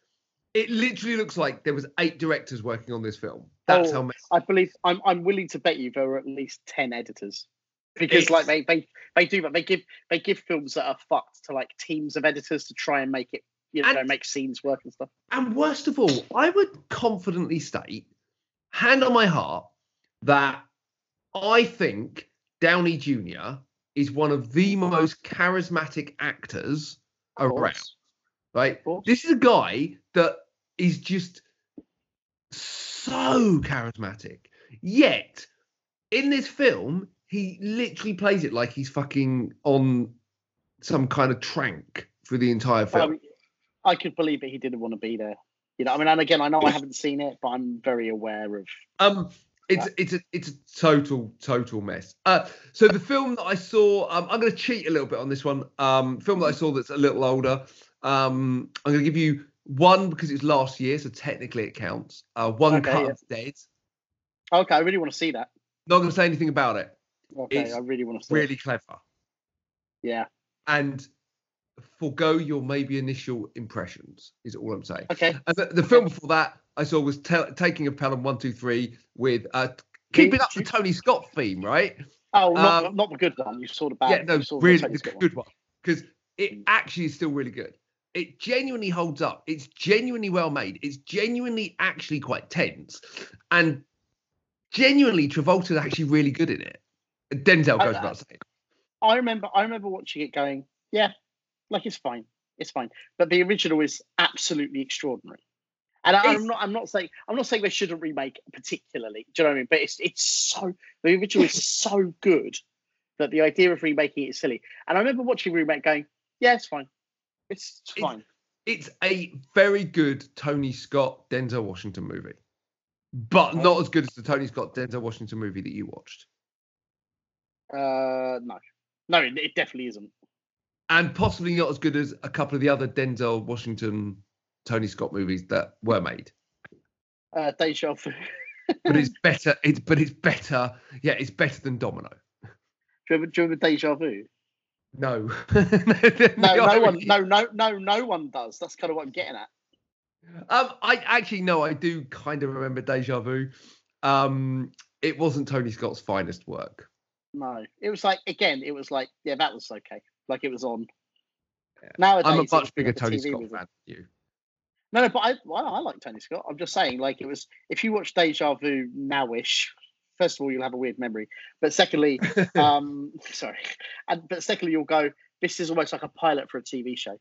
Speaker 1: it literally looks like there was eight directors working on this film. That's
Speaker 2: Oh,
Speaker 1: how messy.
Speaker 2: I believe I'm I'm willing to bet you there are at least ten editors. Because like they, they they do that they give they give films that are fucked to like teams of editors to try and make it you know
Speaker 1: And-
Speaker 2: make scenes work and stuff.
Speaker 1: And worst of all, I would confidently state, hand on my heart, that I think Downey Jr. is one of the most charismatic actors
Speaker 2: Of course.
Speaker 1: around. Right?
Speaker 2: Of course.
Speaker 1: This is a guy that is just so charismatic. Yet, in this film, he literally plays it like he's fucking on some kind of trank for the entire film.
Speaker 2: Um, I could believe that he didn't want to be there. You know, I mean, and again, I know I haven't seen it, but I'm very aware of.
Speaker 1: Um, it's it's a it's a total total mess. Uh, so the film that I saw, um, I'm going to cheat a little bit on this one. Um, film that I saw that's a little older. Um, I'm going to give you one because it's last year, so technically it counts. Uh, one
Speaker 2: Okay,
Speaker 1: cut
Speaker 2: yeah.
Speaker 1: of dead.
Speaker 2: Okay, I really want to see that.
Speaker 1: Not going to say anything about it.
Speaker 2: Okay,
Speaker 1: It's
Speaker 2: I really want to see.
Speaker 1: Really clever.
Speaker 2: It. Yeah.
Speaker 1: And forego your maybe initial impressions is all I'm saying.
Speaker 2: Okay.
Speaker 1: And the, the film before that I saw was Tell Taking of Pelham One Two Three with uh, keeping up the Tony Scott theme, right?
Speaker 2: Oh, not,
Speaker 1: Um,
Speaker 2: not the good one. You saw the bad.
Speaker 1: yeah, no,
Speaker 2: you saw
Speaker 1: really
Speaker 2: Tony
Speaker 1: it's a
Speaker 2: Scott one.
Speaker 1: good one because it actually is still really good. It genuinely holds up. It's genuinely well made. It's genuinely actually quite tense, and genuinely Travolta's actually really good in it. Denzel
Speaker 2: I-
Speaker 1: goes
Speaker 2: I-
Speaker 1: without saying.
Speaker 2: I remember. I remember watching it, going, "Yeah, like it's fine, it's fine." But the original is absolutely extraordinary. And I,
Speaker 1: It's-
Speaker 2: I'm not. I'm not saying. I'm not saying they shouldn't remake it particularly. Do you know what I mean? But it's it's so the original is so good that the idea of remaking it is silly. And I remember watching remake, going, "Yeah, it's fine, it's, it's
Speaker 1: It's-
Speaker 2: fine."
Speaker 1: It's a very good Tony Scott Denzel Washington movie, but not as good as the Tony Scott Denzel Washington movie that you watched.
Speaker 2: Uh, no, no, it, it definitely isn't.
Speaker 1: and possibly not as good as a couple of the other Denzel Washington, Tony Scott movies that were made.
Speaker 2: Uh, Deja vu.
Speaker 1: But it's better. It's but it's better. Yeah, it's better than Domino.
Speaker 2: Do you, remember, do you remember Deja Vu?
Speaker 1: No,
Speaker 2: No, no one,
Speaker 1: irony-
Speaker 2: no, no, no, no one does. That's kind of what I'm getting at.
Speaker 1: Um, I actually no, I do kind of remember Deja Vu. Um, it wasn't Tony Scott's finest work.
Speaker 2: No, it was like again, it was like yeah, that was okay. Like it was on. Nowadays,
Speaker 1: I'm a
Speaker 2: it's
Speaker 1: much
Speaker 2: been
Speaker 1: bigger
Speaker 2: like a
Speaker 1: Tony
Speaker 2: TV
Speaker 1: Scott
Speaker 2: movie.
Speaker 1: fan than you.
Speaker 2: No, no, but I, well, I like Tony Scott. I'm just saying, like it was. If you watch Deja Vu nowish, first of all, you'll have a weird memory, but secondly, um, sorry, and but secondly, you'll go. This is almost like a pilot for a TV show.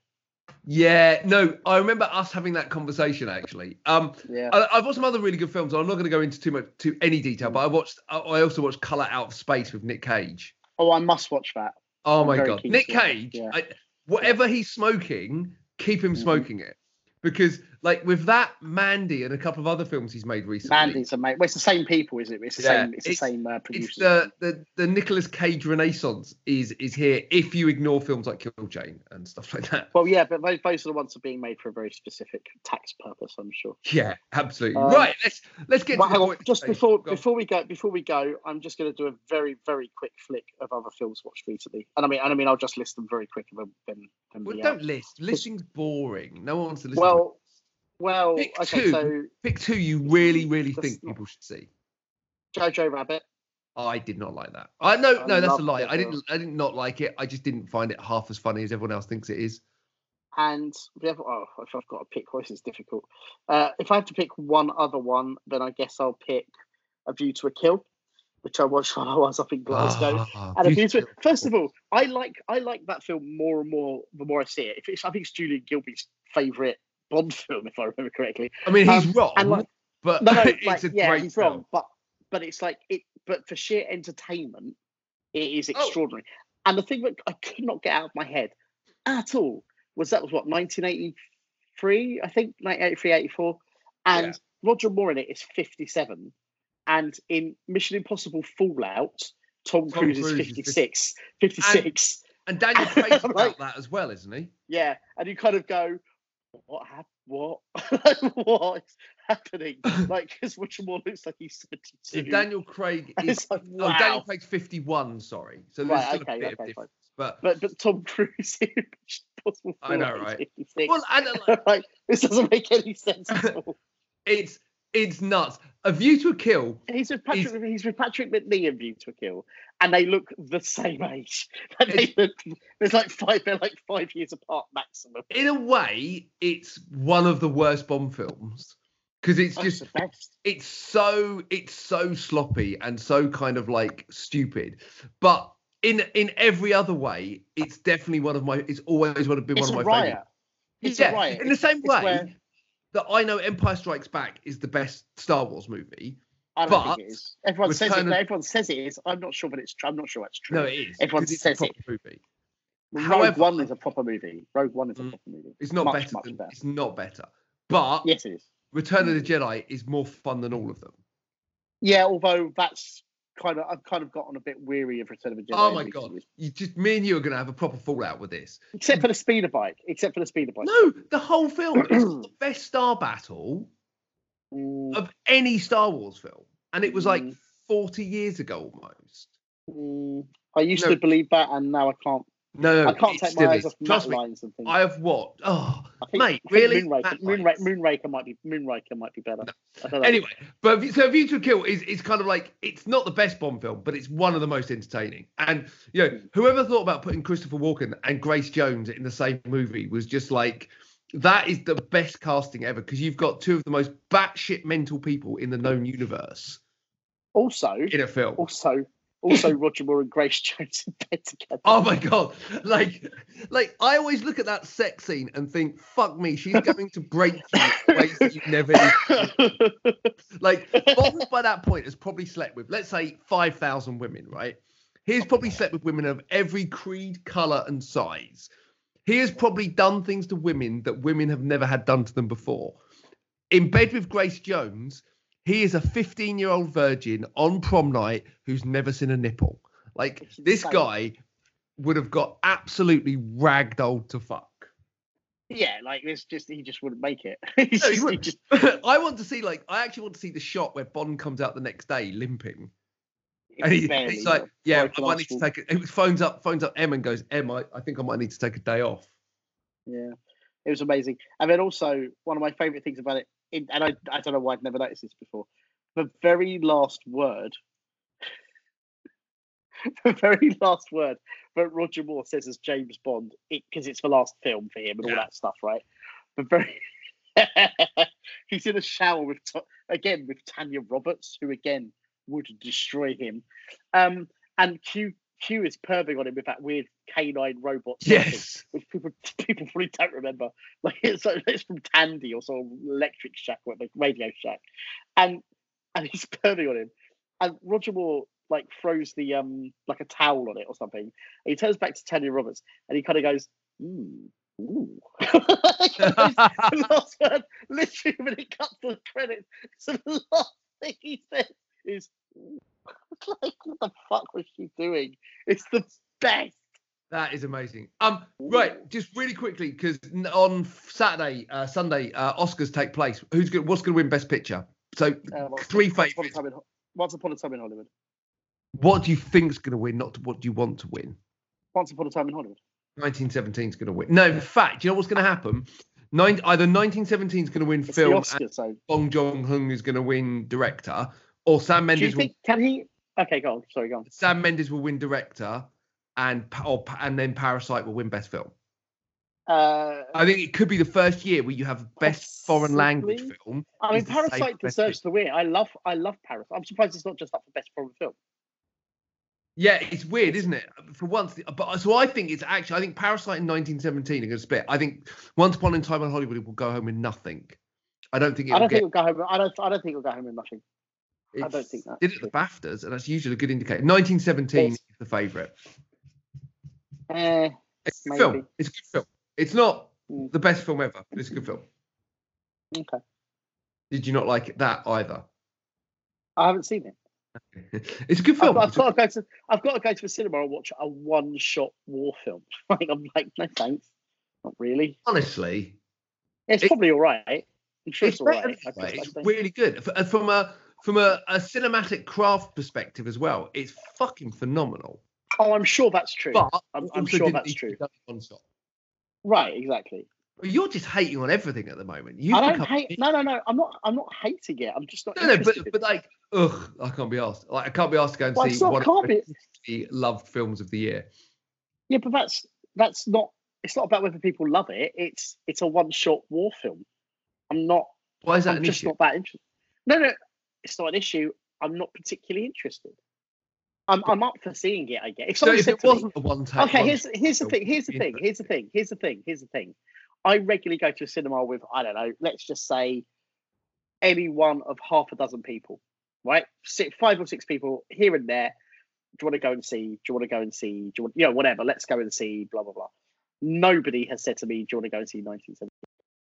Speaker 1: Yeah, no, I remember us having that conversation actually. Um,
Speaker 2: Yeah.
Speaker 1: I, I've watched some other really good films. I'm not going to go into too much to any detail, but I watched. I- I also watched Color Out of Space with Nick Cage.
Speaker 2: Oh, I must watch that.
Speaker 1: Oh
Speaker 2: I'm
Speaker 1: my
Speaker 2: very
Speaker 1: god,
Speaker 2: keen
Speaker 1: Nick
Speaker 2: to watch it,
Speaker 1: Cage.
Speaker 2: yeah.
Speaker 1: I, whatever he's smoking, keep him
Speaker 2: Mhm.
Speaker 1: smoking it because, like, with that Mandy and a couple of other films he's made recently,
Speaker 2: Mandy's a mate. Well, it's the same people, is it? It's the
Speaker 1: Yeah,
Speaker 2: same. It's the
Speaker 1: it's-
Speaker 2: same uh, producer.
Speaker 1: it's the the the Nicolas Cage renaissance is is here if you ignore films like Kill Jane and stuff like that.
Speaker 2: Well, yeah, but those, those are the ones that are being made for a very specific tax purpose, I'm sure.
Speaker 1: Yeah, absolutely.
Speaker 2: Um,
Speaker 1: right, let's let's get
Speaker 2: Well,
Speaker 1: to the
Speaker 2: hang on,
Speaker 1: point.
Speaker 2: just
Speaker 1: Hey,
Speaker 2: before
Speaker 1: go on.
Speaker 2: before we go before we go, I'm just going to do a very very quick flick of other films watched recently, and I mean and I mean I'll just list them very quick and then then, then
Speaker 1: Well,
Speaker 2: we out.
Speaker 1: don't list. Listing's boring. No one wants to listen. to
Speaker 2: well Well,
Speaker 1: Pick
Speaker 2: okay,
Speaker 1: two.
Speaker 2: so
Speaker 1: Pick two you really, really
Speaker 2: That's
Speaker 1: think
Speaker 2: not-
Speaker 1: people should see.
Speaker 2: Jojo Rabbit.
Speaker 1: I did not like that. I no,
Speaker 2: I
Speaker 1: no, that's a
Speaker 2: loved
Speaker 1: lie.
Speaker 2: it,
Speaker 1: I didn't,
Speaker 2: Will.
Speaker 1: I didn't not like it. I just didn't find it half as funny as everyone else thinks it is.
Speaker 2: And the other, oh, if I've got to pick one, this is difficult. Uh, if I have to pick one other one, then I guess I'll pick A View to a Kill, which I watched while I was up in Glasgow.
Speaker 1: Ah,
Speaker 2: and A View
Speaker 1: beautiful.
Speaker 2: to first of all, I like I like that film more and more the more I see it. If it's, I think it's Julian Gilby's favourite Bond film, if I remember correctly.
Speaker 1: I mean, he's
Speaker 2: um,
Speaker 1: wrong,
Speaker 2: and like-
Speaker 1: but
Speaker 2: No, no,
Speaker 1: it's
Speaker 2: like,
Speaker 1: a
Speaker 2: yeah,
Speaker 1: great
Speaker 2: he's
Speaker 1: film.
Speaker 2: wrong, but but it's like it. But for sheer entertainment, it is
Speaker 1: Oh.
Speaker 2: extraordinary. And the thing that I could not get out of my head at all was that was what 1983, I think 1983, 84, and
Speaker 1: Yeah.
Speaker 2: Roger Moore in it is 57, and in Mission Impossible Fallout, Tom,
Speaker 1: Tom
Speaker 2: Cruise,
Speaker 1: Cruise
Speaker 2: is
Speaker 1: is
Speaker 2: 56, 56.
Speaker 1: And Daniel Craig's
Speaker 2: I'm
Speaker 1: about
Speaker 2: like-
Speaker 1: that as well, isn't he?
Speaker 2: Yeah, and you kind of go, "What happened? What? what is happening?" Like, because Richard Moore looks like he's
Speaker 1: So
Speaker 2: seventy-two.
Speaker 1: Daniel Craig
Speaker 2: And
Speaker 1: is
Speaker 2: it's like,
Speaker 1: oh, Daniel
Speaker 2: wow.
Speaker 1: Craig's 51, sorry. So there's
Speaker 2: Right,
Speaker 1: still
Speaker 2: okay,
Speaker 1: a bit
Speaker 2: okay,
Speaker 1: of
Speaker 2: fine.
Speaker 1: difference. But,
Speaker 2: But but Tom Cruise in Mission Impossible
Speaker 1: I know,
Speaker 2: Fallout is
Speaker 1: right?
Speaker 2: 56.
Speaker 1: well, and, uh,
Speaker 2: like this doesn't make any sense at all.
Speaker 1: it's it's nuts. A View to a Kill.
Speaker 2: And he's with Patrick. He's, with Patrick McNee in View to a Kill, and they look the same age. And they look. There's like five. They're like five years apart maximum.
Speaker 1: In a way, it's one of the worst Bond films because it's
Speaker 2: That's
Speaker 1: just
Speaker 2: the best.
Speaker 1: it's so it's so sloppy and so kind of like stupid but in in every other way it's definitely one of my it's always one of been
Speaker 2: It's
Speaker 1: one
Speaker 2: a
Speaker 1: of my
Speaker 2: riot.
Speaker 1: favorites
Speaker 2: It's
Speaker 1: yeah
Speaker 2: a riot.
Speaker 1: in the same
Speaker 2: it's
Speaker 1: way
Speaker 2: where-
Speaker 1: that i know empire strikes back is the best star wars movie
Speaker 2: I don't
Speaker 1: But
Speaker 2: think it is. Everyone says it.
Speaker 1: Return of-
Speaker 2: but everyone says it is. I'm not sure, but it's. True. I'm not sure that's true.
Speaker 1: no it is
Speaker 2: Everyone
Speaker 1: 'cause it's
Speaker 2: says
Speaker 1: a
Speaker 2: it.
Speaker 1: proper movie
Speaker 2: Rogue
Speaker 1: however-
Speaker 2: One is a proper movie. Rogue One is a
Speaker 1: Mm.
Speaker 2: proper movie.
Speaker 1: it's not
Speaker 2: Much,
Speaker 1: better
Speaker 2: much
Speaker 1: than
Speaker 2: better.
Speaker 1: it's not better but
Speaker 2: Yes, it is.
Speaker 1: return of the jedi is more fun than all of them
Speaker 2: Yeah, although that's kind of I've kind of gotten a bit weary of Return of the Jedi.
Speaker 1: oh
Speaker 2: in
Speaker 1: my
Speaker 2: recent
Speaker 1: god
Speaker 2: years.
Speaker 1: you just me and you are going to have a proper fallout with this
Speaker 2: Except for the speeder bike. Except for the speeder bike.
Speaker 1: No, the whole film is the best star battle
Speaker 2: Mm,
Speaker 1: of any Star Wars film. And it was like
Speaker 2: Mm.
Speaker 1: 40 years ago almost.
Speaker 2: mm. I used
Speaker 1: No.
Speaker 2: to believe that, and now I can't.
Speaker 1: No,
Speaker 2: I can't
Speaker 1: it
Speaker 2: take
Speaker 1: still
Speaker 2: my eyes
Speaker 1: is.
Speaker 2: off
Speaker 1: Trust
Speaker 2: matte
Speaker 1: me,
Speaker 2: lines and things.
Speaker 1: I have watched. Oh,
Speaker 2: I
Speaker 1: mate,
Speaker 2: I
Speaker 1: really?
Speaker 2: Moonraker,
Speaker 1: Matte
Speaker 2: Moonraker,
Speaker 1: lines.
Speaker 2: Moonraker might be Moonraker might be better. I don't know.
Speaker 1: anyway, but if- so View to a Kill is, is kind of like it's not the best Bond film, but it's one of the most entertaining. And you know, whoever thought about putting Christopher Walken and Grace Jones in the same movie was just like, that is the best casting ever because you've got two of the most batshit mental people in the known universe
Speaker 2: also,
Speaker 1: in a film.
Speaker 2: also, also, Roger Moore and Grace Jones in bed together.
Speaker 1: Oh my god! Like, like I always look at that sex scene and think, "Fuck me, she's going to break you in ways that you never." Oh. Like, Bond by that point has probably slept with, let's say, five thousand women. Right? He's probably slept with women of every creed, color, and size. He has probably done things to women that women have never had done to them before. In bed with Grace Jones, he is a fifteen-year-old virgin on prom night who's never seen a nipple. Like
Speaker 2: It's
Speaker 1: this
Speaker 2: insane.
Speaker 1: guy would have got absolutely ragdolled to fuck.
Speaker 2: yeah, like it's just he just wouldn't make it. He's
Speaker 1: No, he
Speaker 2: just- he
Speaker 1: wouldn't.
Speaker 2: just-
Speaker 1: I want to see like I actually want to see the shot where Bond comes out the next day limping, and he,
Speaker 2: barely
Speaker 1: he's like,
Speaker 2: will.
Speaker 1: "Yeah,
Speaker 2: broken
Speaker 1: I might need to
Speaker 2: arsenal.
Speaker 1: take." A, he phones up, phones up Em, and goes, "Em, I, I think I might need to take a day off."
Speaker 2: Yeah, it was amazing. And then also one of my favorite things about it, in, and I, I don't know why I'd never noticed this before. The very last word, the very last word that Roger Moore says as James Bond, because it's the last film for him and all
Speaker 1: Yeah.
Speaker 2: that stuff, right? The very he's in a shower with Ta- again with Tanya Roberts, who again would destroy him. Um, and Q Q is perving on him with that weird canine robot. thing
Speaker 1: Yes,
Speaker 2: which people people probably don't remember. Like it's like, it's from Tandy or sort of Electric Shack, what the Radio Shack, and and he's burning on him, and Roger Moore like throws the um like a towel on it or something, and he turns back to Tanya Roberts and he kind of goes, mm, ooh. the last word, literally when it cuts to the credits, so the last thing he says is, "Ooh." like what the fuck was she doing? It's the best.
Speaker 1: that is amazing. Um, right, just really quickly because on Saturday, uh, Sunday, uh, Oscars take place. Who's going? What's going to win Best Picture? So,
Speaker 2: Uh, once-
Speaker 1: Three
Speaker 2: once upon a
Speaker 1: favourites.
Speaker 2: time in Ho- Once upon a time in Hollywood.
Speaker 1: what do you think's going to win? Not what do you want to win?
Speaker 2: Once upon a time in Hollywood.
Speaker 1: 1917 is going to win. No, in fact, you know what's going to happen? Nine, either 1917 is going to win
Speaker 2: It's
Speaker 1: film,
Speaker 2: the
Speaker 1: and
Speaker 2: Oscar, so
Speaker 1: Bong Joon Hung is going to win director, or Sam
Speaker 2: do you
Speaker 1: Mendes will
Speaker 2: think can he? Okay, go on. Sorry, go on.
Speaker 1: Sam Mendes will win director, and Pa- or, Pa- and then Parasite will win best film.
Speaker 2: Uh,
Speaker 1: I think it could be the first year where you have best foreign language
Speaker 2: Possibly.
Speaker 1: film.
Speaker 2: I
Speaker 1: is
Speaker 2: mean,
Speaker 1: the safe
Speaker 2: Parasite
Speaker 1: bet.
Speaker 2: deserves to win. I love, I love Parasite. I'm surprised it's not just up for best foreign film.
Speaker 1: Yeah, it's weird, isn't it? For once, but so I think it's actually I think Parasite in 1917 are going to split. I think Once Upon a Time in Hollywood will go home with nothing. I don't think
Speaker 2: I
Speaker 1: it'll
Speaker 2: don't
Speaker 1: get.
Speaker 2: think it'll go home. I don't, I don't think it'll go home with nothing. I don't
Speaker 1: it's-
Speaker 2: think that's
Speaker 1: did it at the BAFTAs, and that's usually a good indicator. 1917 is the favourite.
Speaker 2: Eh,
Speaker 1: It's a good
Speaker 2: Maybe.
Speaker 1: film. It's a good film. It's not
Speaker 2: Mm.
Speaker 1: the best film ever, but it's a good film.
Speaker 2: okay.
Speaker 1: Did you not like that either?
Speaker 2: I haven't seen it.
Speaker 1: it's a good
Speaker 2: I've,
Speaker 1: film.
Speaker 2: I've
Speaker 1: It's a-
Speaker 2: got to go to, I've got to go to a cinema and watch a one-shot war film. Like, I'm like, no thanks, not really.
Speaker 1: honestly,
Speaker 2: It's
Speaker 1: It-
Speaker 2: probably all right. I'm sure it's,
Speaker 1: it's,
Speaker 2: all
Speaker 1: better
Speaker 2: right.
Speaker 1: this
Speaker 2: I just-
Speaker 1: way.
Speaker 2: I
Speaker 1: It's
Speaker 2: think-
Speaker 1: really good F- uh, from a from a, a cinematic craft perspective as well. It's fucking phenomenal.
Speaker 2: oh, I'm sure that's true.
Speaker 1: But
Speaker 2: I'm,
Speaker 1: it
Speaker 2: I'm
Speaker 1: also
Speaker 2: sure
Speaker 1: didn't
Speaker 2: that's
Speaker 1: need to be
Speaker 2: true.
Speaker 1: done in One shot.
Speaker 2: Right, exactly.
Speaker 1: But You're just hating on everything at the moment. You
Speaker 2: I don't hate. No, no, no. I'm not. I'm not hating it. I'm just not.
Speaker 1: no, no, but
Speaker 2: interested in
Speaker 1: but
Speaker 2: it.
Speaker 1: like, ugh, I can't be asked. Like, I can't be asked to go and
Speaker 2: Well,
Speaker 1: see
Speaker 2: it's
Speaker 1: one
Speaker 2: not
Speaker 1: of
Speaker 2: can't
Speaker 1: the
Speaker 2: be.
Speaker 1: 50 loved films of the year.
Speaker 2: Yeah, but that's that's not. It's not about whether people love it. It's it's a one-shot war film. I'm not.
Speaker 1: Why is that
Speaker 2: I'm
Speaker 1: an
Speaker 2: just
Speaker 1: issue?
Speaker 2: not that interested. No, no, it's not an issue. I'm not particularly interested. I'm I'm up for seeing it. I guess. If
Speaker 1: so
Speaker 2: someone
Speaker 1: if
Speaker 2: said
Speaker 1: it
Speaker 2: to me-
Speaker 1: wasn't a one take,
Speaker 2: okay, here's here's the
Speaker 1: so
Speaker 2: thing. Here's the
Speaker 1: you
Speaker 2: thing.
Speaker 1: know.
Speaker 2: Here's the thing. Here's the thing. Here's the thing. I regularly go to a cinema with I don't know. Let's just say any one of half a dozen people, right? Six, five or six people here and there. Do you want to go and see? Do you want to go and see? Do you want you know whatever? Let's go and see. Blah blah blah. Nobody has said to me, "Do you want to go and see 1970?"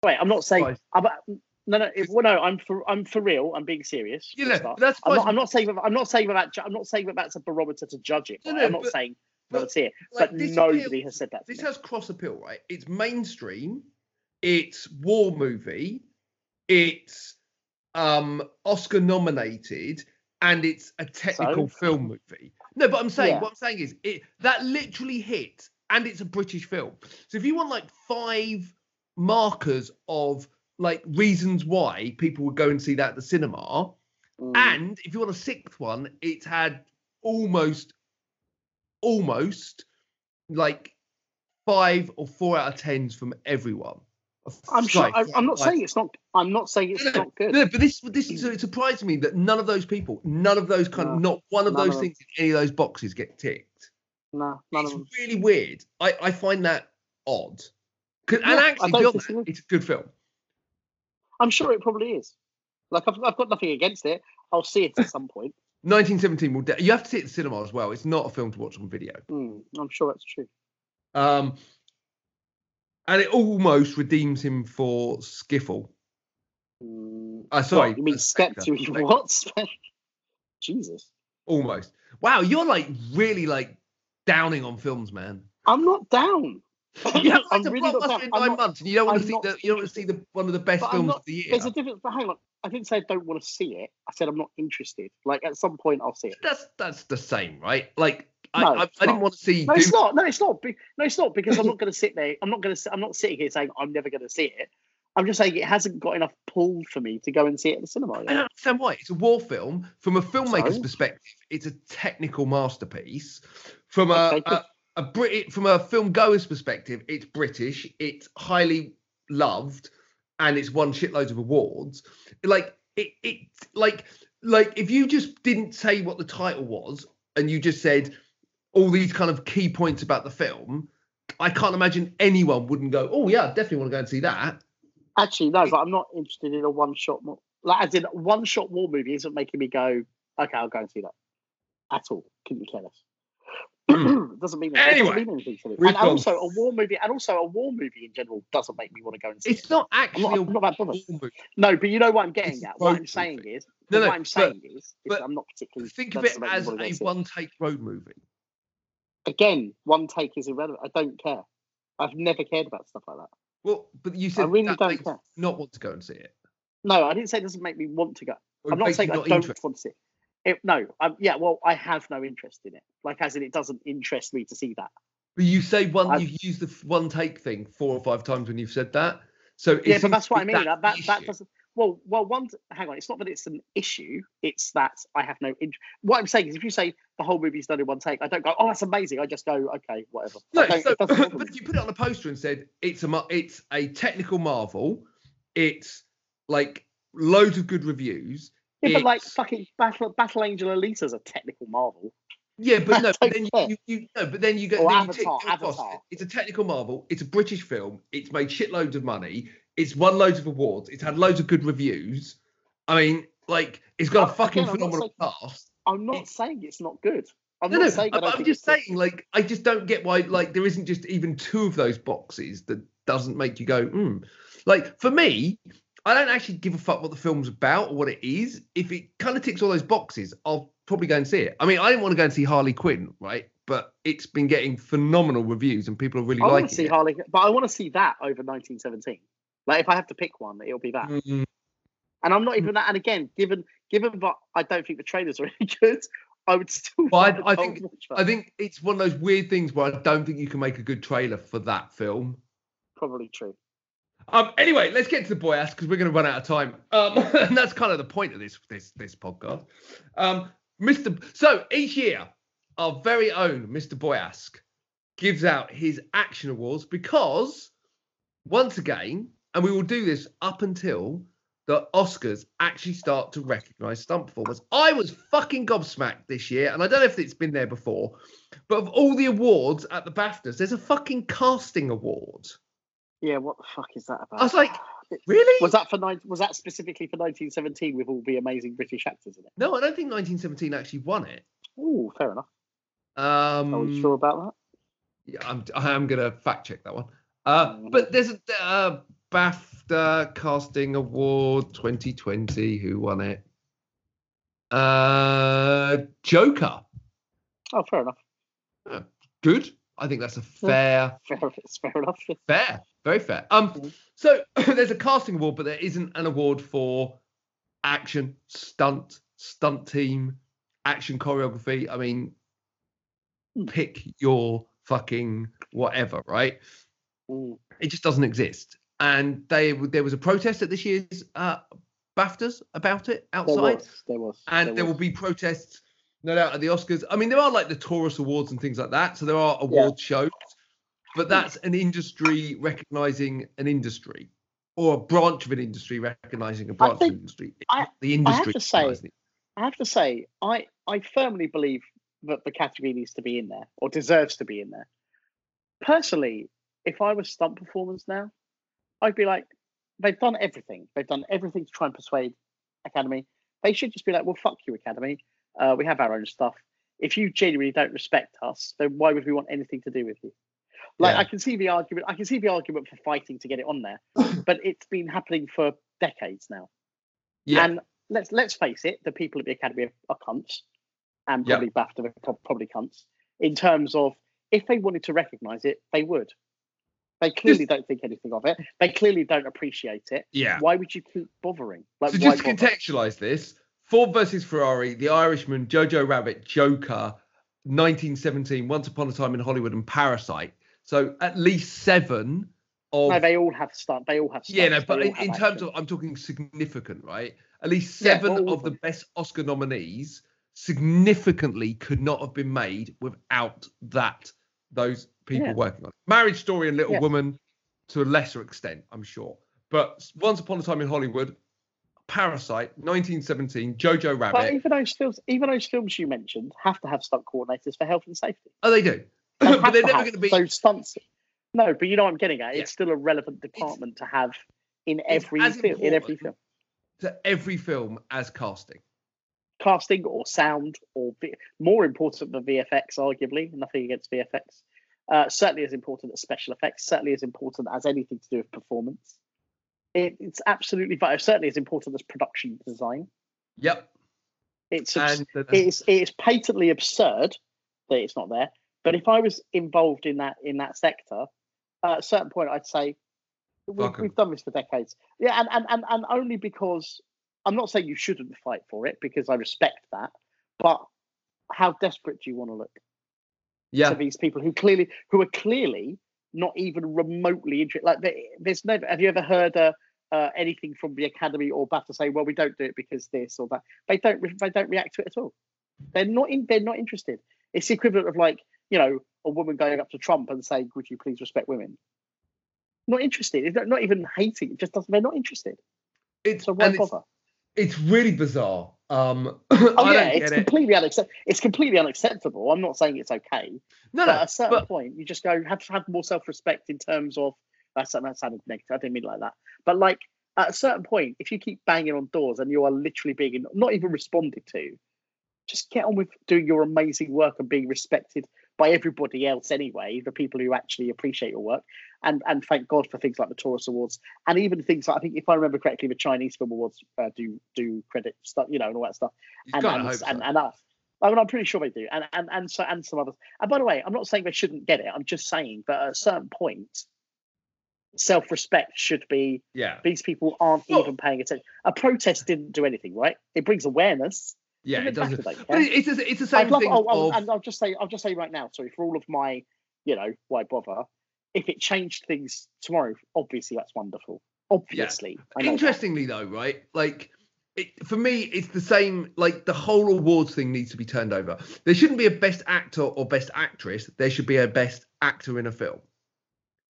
Speaker 2: Wait, I'm not saying.
Speaker 1: Right.
Speaker 2: I'm, no, no, it, well, no. I'm for I'm for real. I'm being serious. for
Speaker 1: you
Speaker 2: a
Speaker 1: know,
Speaker 2: start.
Speaker 1: that's
Speaker 2: I'm
Speaker 1: why.
Speaker 2: not, I'm not saying that- I'm not saying that that I'm not saying that that's a barometer to judge it.
Speaker 1: No,
Speaker 2: by.
Speaker 1: no,
Speaker 2: I'm not
Speaker 1: but-
Speaker 2: saying
Speaker 1: but,
Speaker 2: that's it.
Speaker 1: like,
Speaker 2: But
Speaker 1: this
Speaker 2: nobody
Speaker 1: appeal-
Speaker 2: has said that. To
Speaker 1: this
Speaker 2: me.
Speaker 1: has cross appeal, right? It's mainstream, it's war movie, it's um Oscar nominated, and it's a technical film movie. No, but I'm saying
Speaker 2: Yeah.
Speaker 1: what I'm saying is it that literally hit, and it's a British film. So if you want like five markers of like reasons why people would go and see that at the cinema,
Speaker 2: Mm.
Speaker 1: and if you want a sixth one, it's had almost, almost like five or four out of tens from everyone.
Speaker 2: I'm sure.
Speaker 1: Sorry,
Speaker 2: I, I'm not
Speaker 1: five-
Speaker 2: saying it's not. I'm not saying it's
Speaker 1: No,
Speaker 2: not good.
Speaker 1: No, but this this so it surprised me that none of those people, none of those kind,
Speaker 2: No,
Speaker 1: of, not one of
Speaker 2: none
Speaker 1: those
Speaker 2: of them.
Speaker 1: things in any of those boxes get ticked.
Speaker 2: No, none of
Speaker 1: it's
Speaker 2: them.
Speaker 1: really weird. I I find that odd. 'Cause-
Speaker 2: Yeah,
Speaker 1: and
Speaker 2: I
Speaker 1: actually,
Speaker 2: don't
Speaker 1: beyond
Speaker 2: disagree.
Speaker 1: that, it's a good film.
Speaker 2: I'm sure it probably is. Like I've, I've got nothing against it. I'll see it at some point.
Speaker 1: 1917 will. De- you have to see it at the cinema as well. It's not a film to watch on video.
Speaker 2: Mm, I'm sure that's true.
Speaker 1: Um, and it almost redeems him for Skiffle.
Speaker 2: Mm,
Speaker 1: Uh, sorry,
Speaker 2: what, you mean
Speaker 1: uh,
Speaker 2: step
Speaker 1: Spectre.
Speaker 2: two? You what? Jesus,
Speaker 1: Almost. Wow, you're like really like downing on films, man.
Speaker 2: I'm not down.
Speaker 1: You haven't
Speaker 2: I'm
Speaker 1: had a
Speaker 2: really not
Speaker 1: blockbuster
Speaker 2: down.
Speaker 1: in
Speaker 2: I'm
Speaker 1: nine
Speaker 2: not-
Speaker 1: months, and you don't want
Speaker 2: I'm
Speaker 1: to see
Speaker 2: not
Speaker 1: the you don't want to see the one of the best
Speaker 2: But I'm
Speaker 1: films
Speaker 2: not-
Speaker 1: of the year.
Speaker 2: There's a difference. But hang on, I didn't say I don't want to see it. I said I'm not interested. Like at some point, I'll see it.
Speaker 1: That's that's the same, right? Like I,
Speaker 2: No,
Speaker 1: I,
Speaker 2: it's
Speaker 1: I didn't
Speaker 2: not.
Speaker 1: want to see.
Speaker 2: No, it's
Speaker 1: Doom-
Speaker 2: not. No, it's not. be- No, it's not because I'm not going to sit there. I'm not going to. I'm not sitting here saying I'm never going to see it. I'm just saying it hasn't got enough pull for me to go and see it at the cinema.
Speaker 1: I
Speaker 2: Yet.
Speaker 1: don't understand why. It's a war film. From a filmmaker's
Speaker 2: Sorry?
Speaker 1: perspective, it's a technical masterpiece. From a,
Speaker 2: Okay, good.
Speaker 1: a, a Brit from a film goer's perspective, it's British, it's highly loved, and it's won shitloads of awards. Like it, it like like if you just didn't say what the title was and you just said all these kind of key points about the film, I can't imagine anyone wouldn't go, Oh yeah, I definitely want to go and see that.
Speaker 2: Actually, no. But I'm not interested in a one shot. Like as in one shot war movie isn't making me go. Okay, I'll go and see that. At all, couldn't care less. doesn't mean anything.
Speaker 1: Anyway,
Speaker 2: doesn't mean anything to me.
Speaker 1: we've
Speaker 2: And
Speaker 1: gone-
Speaker 2: also a war movie, and also a war movie in general doesn't make me want to go and see.
Speaker 1: It's
Speaker 2: it.
Speaker 1: not
Speaker 2: I'm
Speaker 1: actually
Speaker 2: not,
Speaker 1: a
Speaker 2: I'm not that
Speaker 1: war
Speaker 2: bothered.
Speaker 1: movie.
Speaker 2: No, but you know what I'm
Speaker 1: It's
Speaker 2: getting
Speaker 1: a
Speaker 2: at. What
Speaker 1: road
Speaker 2: I'm saying
Speaker 1: movie.
Speaker 2: is,
Speaker 1: No, no,
Speaker 2: what I'm
Speaker 1: but-
Speaker 2: saying is, is
Speaker 1: but
Speaker 2: I'm not particularly.
Speaker 1: Think of
Speaker 2: that
Speaker 1: it
Speaker 2: doesn't make me
Speaker 1: as
Speaker 2: wanna go
Speaker 1: a
Speaker 2: see it.
Speaker 1: one take road movie.
Speaker 2: again, one take is irrelevant. I don't care. I've never cared about stuff like that.
Speaker 1: Well, but you said
Speaker 2: really
Speaker 1: that
Speaker 2: don't
Speaker 1: makes
Speaker 2: care.
Speaker 1: not want to go and see it.
Speaker 2: No, I didn't say it doesn't make me want to go.
Speaker 1: Or
Speaker 2: I'm not
Speaker 1: makes you
Speaker 2: saying I don't
Speaker 1: interested.
Speaker 2: want to see it. It- no, i yeah, well, I have no interest in it. Like, as in, it doesn't interest me to see that.
Speaker 1: But you say one,
Speaker 2: I've-
Speaker 1: you've used the f- one take thing four or five times when you've said that. So
Speaker 2: yeah,
Speaker 1: isn't
Speaker 2: but that's what I mean. That that,
Speaker 1: the
Speaker 2: that
Speaker 1: issue?
Speaker 2: doesn't. Well, well, one. Hang on. It's not that it's an issue. It's that I have no. In- what I'm saying is, if you say the whole movie's done in one take, I don't go, "Oh, that's amazing." I just go, "Okay, whatever." I
Speaker 1: No,
Speaker 2: don't-
Speaker 1: so,
Speaker 2: it doesn't bother
Speaker 1: but
Speaker 2: me.
Speaker 1: if you put it on a poster and said it's a mar- it's a technical marvel, it's like loads of good reviews.
Speaker 2: yeah, but like
Speaker 1: it's-
Speaker 2: fucking Battle Battle Angel Alita's a technical marvel.
Speaker 1: Yeah, but no,
Speaker 2: I
Speaker 1: but then you,
Speaker 2: don't
Speaker 1: you, you no, but then you get
Speaker 2: Or
Speaker 1: then you tick
Speaker 2: Avatar,
Speaker 1: the box.
Speaker 2: Avatar.
Speaker 1: It's a technical marvel. It's a British film. It's made shitloads of money. It's won loads of awards. It's had loads of good reviews. I mean, like, it's got
Speaker 2: Uh,
Speaker 1: a fucking
Speaker 2: again, I'm not
Speaker 1: phenomenal cast.
Speaker 2: I'm not
Speaker 1: It's-
Speaker 2: saying it's not good. I'm
Speaker 1: No,
Speaker 2: not
Speaker 1: no,
Speaker 2: saying. I
Speaker 1: I'm,
Speaker 2: don't
Speaker 1: I'm
Speaker 2: think
Speaker 1: just
Speaker 2: it's good.
Speaker 1: saying, like, I just don't get why, like, there isn't just even two of those boxes that doesn't make you go, hmm. Like, for me, I don't actually give a fuck what the film's about or what it is. If it kind of ticks all those boxes, I'll probably go and see it. I mean, I didn't want to go and see Harley Quinn, right? But it's been getting phenomenal reviews and people are really
Speaker 2: I want
Speaker 1: liking
Speaker 2: to see
Speaker 1: it.
Speaker 2: Harley, but I want to see that over 1917. Like, if I have to pick one, it'll be that.
Speaker 1: Mm,
Speaker 2: And I'm not even that. And again, given given that I don't think the trailers are really good, I would still.
Speaker 1: Well, I-
Speaker 2: rather
Speaker 1: I
Speaker 2: go
Speaker 1: think-
Speaker 2: and watch that.
Speaker 1: I think it's one of those weird things where I don't think you can make a good trailer for that film.
Speaker 2: probably true.
Speaker 1: Um, anyway, let's get to the boy ass because we're going to run out of time. Um, and that's kind of the point of this this this podcast. Um, Mr. So each year, our very own Mr. Boyask gives out his action awards because once again, and we will do this up until the Oscars actually start to recognise stunt performers. I was fucking gobsmacked this year, and I don't know if it's been there before, but of all the awards at the BAFTAs, there's a fucking casting award.
Speaker 2: Yeah, what the fuck is that about?
Speaker 1: I was like, really?
Speaker 2: was that for nine? Was that specifically for 1917 with all the amazing British actors in it?
Speaker 1: No, I don't think 1917 actually won it.
Speaker 2: Oh, fair enough.
Speaker 1: Um,
Speaker 2: Are we sure about
Speaker 1: yeah, I'm, I am going to fact check that one. Uh, but there's a uh, BAFTA Casting Award 2020. Who won it? Uh, Joker.
Speaker 2: that? Oh, fair enough.
Speaker 1: Good. I think that's a fair
Speaker 2: Fair, it's fair enough.
Speaker 1: Fair, very fair. Um,
Speaker 2: Mhm.
Speaker 1: so there's a casting award, but there isn't an award for action, stunt, stunt team, action choreography. I mean,
Speaker 2: Mm.
Speaker 1: pick your fucking whatever, right?
Speaker 2: Mm.
Speaker 1: It just doesn't exist. And they there was a protest at this year's uh, BAFTAs about it
Speaker 2: There
Speaker 1: outside
Speaker 2: was, there was,
Speaker 1: and there will
Speaker 2: was.
Speaker 1: be protests, no doubt, at the Oscars. I mean, there are like the Taurus Awards and things like that, so there are award shows, but that's an industry recognizing an industry or a branch of an industry recognizing a branch
Speaker 2: think-
Speaker 1: of an industry. It's
Speaker 2: I-
Speaker 1: not the
Speaker 2: I have
Speaker 1: industry.
Speaker 2: to say-
Speaker 1: recognising it.
Speaker 2: I have to say, I I firmly believe that the category needs to be in there or deserves to be in there. Personally, if I was stunt performance now, I'd be like, they've done everything. They've done everything to try and persuade Academy. They should just be like, well, fuck you, Academy. Uh, we have our own stuff. If you genuinely don't respect us, then why would we want anything to do with you? Like,
Speaker 1: Yeah.
Speaker 2: I can see the argument. I can see the argument for fighting to get it on there, but it's been happening for decades now.
Speaker 1: yeah,
Speaker 2: And let's let's face it, the people at the academy are, are cunts, and
Speaker 1: Yep.
Speaker 2: probably BAFTA are co- probably cunts. In terms of if they wanted to recognise it, they would. They clearly don't think anything of it. They clearly don't appreciate it.
Speaker 1: yeah.
Speaker 2: Why would you keep bothering? Like,
Speaker 1: so
Speaker 2: why
Speaker 1: just to
Speaker 2: bother?
Speaker 1: contextualize this Ford versus Ferrari, The Irishman, Jojo Rabbit, Joker, 1917, Once Upon a Time in Hollywood, and Parasite. So at least seven of
Speaker 2: No, they all have stunt. They all have. Stunts.
Speaker 1: Yeah, no, but
Speaker 2: they
Speaker 1: in,
Speaker 2: all have
Speaker 1: in terms
Speaker 2: action.
Speaker 1: of, I'm talking significant, right? At least
Speaker 2: Yeah,
Speaker 1: seven
Speaker 2: all
Speaker 1: of
Speaker 2: of
Speaker 1: the
Speaker 2: them.
Speaker 1: best Oscar nominees significantly could not have been made without that those people
Speaker 2: Yeah.
Speaker 1: working on it. Marriage Story and Little
Speaker 2: Yeah.
Speaker 1: Woman, to a lesser extent, I'm sure. But Once Upon a Time in Hollywood, Parasite, 1917, Jojo Rabbit.
Speaker 2: But even those films, even those films you mentioned, have to have stunt coordinators for health and safety.
Speaker 1: oh, they do,
Speaker 2: They
Speaker 1: but
Speaker 2: have
Speaker 1: they're
Speaker 2: to
Speaker 1: never
Speaker 2: have.
Speaker 1: going to be.
Speaker 2: so stunts. No, but you know what I'm getting at.
Speaker 1: Yeah.
Speaker 2: It's still a relevant department to have in every
Speaker 1: as
Speaker 2: film. In every
Speaker 1: important.
Speaker 2: film.
Speaker 1: to every film as casting.
Speaker 2: casting or sound or vi- more important than VFX, arguably. Nothing against VFX. Uh, certainly as important as special effects. Certainly as important as anything to do with performance. It, it's absolutely vital. Certainly as important as production design.
Speaker 1: Yep.
Speaker 2: It's abs-
Speaker 1: And uh,
Speaker 2: it is it is patently absurd that it's not there. But if I was involved in that in that sector, uh, at a certain point, I'd say we've,
Speaker 1: Fuck 'em.
Speaker 2: we've done this for decades. Yeah, and, and and and only because I'm not saying you shouldn't fight for it because I respect that, but how desperate do you want to look
Speaker 1: yeah.
Speaker 2: to these people who clearly who are clearly not even remotely interested. Like there- there's no. Have you ever heard a, uh, anything from the academy or BAFTA say, "Well, we don't do it because this or that"? They don't. re- They don't react to it at all. They're not. In, they're not interested. It's the equivalent of like you know a woman going up to Trump and saying, "Would you please respect women?" Not interested. It's not, not even hating. It just doesn't. They're not interested.
Speaker 1: It's
Speaker 2: So why
Speaker 1: and it's,
Speaker 2: bother?
Speaker 1: it's really bizarre. Um,
Speaker 2: Oh
Speaker 1: I
Speaker 2: yeah,
Speaker 1: don't
Speaker 2: it's
Speaker 1: get it.
Speaker 2: completely unacceptable. It's completely unacceptable. I'm not saying it's okay.
Speaker 1: No,
Speaker 2: but
Speaker 1: no,
Speaker 2: at a certain
Speaker 1: but-
Speaker 2: point, you just go have to have more self-respect in terms of that's that sounded negative. I didn't mean it like that. But like at a certain point, if you keep banging on doors and you are literally being not even responded to, just get on with doing your amazing work and being respected by everybody else anyway, the people who actually appreciate your work. And and thank God for things like the Taurus Awards and even things like I think if I remember correctly, the Chinese Film Awards uh, do do credit stuff, you know, and all that stuff
Speaker 1: you
Speaker 2: and
Speaker 1: gotta
Speaker 2: and,
Speaker 1: hope so.
Speaker 2: and, and us. I mean, I'm pretty sure they do, and and and so and some others. And by the way, I'm not saying they shouldn't get it. I'm just saying that at a certain point, self-respect should be.
Speaker 1: yeah,
Speaker 2: These people aren't
Speaker 1: Well-
Speaker 2: even paying attention. A protest didn't do anything, right? It brings awareness.
Speaker 1: yeah,
Speaker 2: doesn't
Speaker 1: it doesn't.
Speaker 2: matter,
Speaker 1: But
Speaker 2: yeah.
Speaker 1: it- it's a, it's the
Speaker 2: I'd
Speaker 1: same
Speaker 2: love.
Speaker 1: thing.
Speaker 2: Oh, oh,
Speaker 1: of-
Speaker 2: and I'll just say, I'll just say right now. Sorry for all of my, you know, why bother? If it changed things tomorrow, obviously that's wonderful. Obviously, I know that.
Speaker 1: Interestingly, though, right? Like, it, for me, it's the same. Like, the whole awards thing needs to be turned over. There shouldn't be a best actor or best actress. There should be a best actor in a film.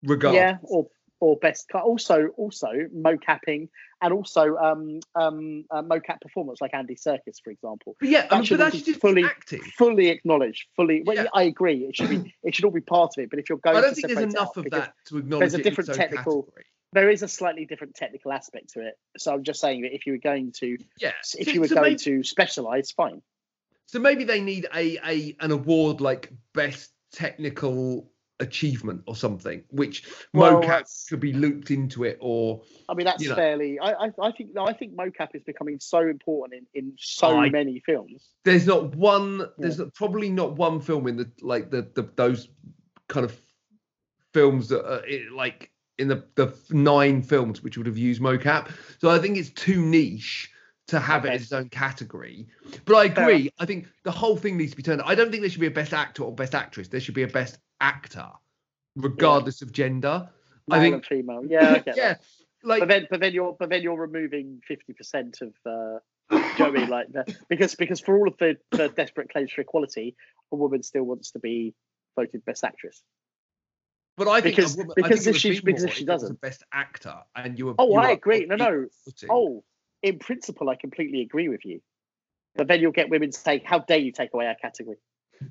Speaker 1: Regardless.
Speaker 2: Yeah, or or best cut. Also, also mocapping and also um um uh, mocap performance like Andy Circus, for example.
Speaker 1: But yeah, I
Speaker 2: That
Speaker 1: mean,
Speaker 2: should
Speaker 1: but
Speaker 2: all
Speaker 1: that
Speaker 2: be
Speaker 1: should just
Speaker 2: fully-
Speaker 1: be acting.
Speaker 2: Fully acknowledged, fully. Well,
Speaker 1: Yeah.
Speaker 2: I agree. It should be. It should all be part of it. But if you're going,
Speaker 1: I
Speaker 2: to
Speaker 1: don't think there's
Speaker 2: separate it out
Speaker 1: enough of
Speaker 2: because
Speaker 1: that to acknowledge
Speaker 2: a
Speaker 1: it in
Speaker 2: different
Speaker 1: its own
Speaker 2: technical-
Speaker 1: category.
Speaker 2: There is a slightly different technical aspect to it. So I'm just saying that if you were going to,
Speaker 1: Yeah.
Speaker 2: if
Speaker 1: So-
Speaker 2: you were
Speaker 1: so
Speaker 2: going
Speaker 1: maybe-
Speaker 2: to specialize, fine.
Speaker 1: So maybe they need a, a an award like best technical achievement or something, which
Speaker 2: Well,
Speaker 1: mocap
Speaker 2: that's-
Speaker 1: could be looped into it, or
Speaker 2: I mean, that's
Speaker 1: You know.
Speaker 2: fairly. I, I I think no, I think mocap is becoming so important in in so
Speaker 1: Oh, I-
Speaker 2: many films.
Speaker 1: there's not one. There's not, probably not one film in the like the, the those kind of films that are i- like in the the nine films which would have used mocap. So I think it's too niche to have it
Speaker 2: Okay.
Speaker 1: as its own category. But I
Speaker 2: Fair.
Speaker 1: agree. I think the whole thing needs to be turned. I don't think there should be a best actor or best actress. There should be a best actor, regardless of gender. I
Speaker 2: Male
Speaker 1: think-
Speaker 2: and female. Yeah, I get that.
Speaker 1: yeah, like
Speaker 2: but then but then you're but then you're removing fifty percent of uh do you know what I mean? like the, because because for all of the, the desperate claims for equality, a woman still wants to be voted best actress.
Speaker 1: But I think a
Speaker 2: Because-
Speaker 1: woman- I
Speaker 2: because
Speaker 1: think it
Speaker 2: if
Speaker 1: would
Speaker 2: she-
Speaker 1: be
Speaker 2: because
Speaker 1: more
Speaker 2: if she
Speaker 1: it was
Speaker 2: doesn't.
Speaker 1: the best actor, and you were.
Speaker 2: Oh,
Speaker 1: you
Speaker 2: I
Speaker 1: were
Speaker 2: agree. No,
Speaker 1: on
Speaker 2: no.
Speaker 1: equality.
Speaker 2: Oh, in principle, I completely agree with you. But then you'll get women saying, "How dare you take away our category?"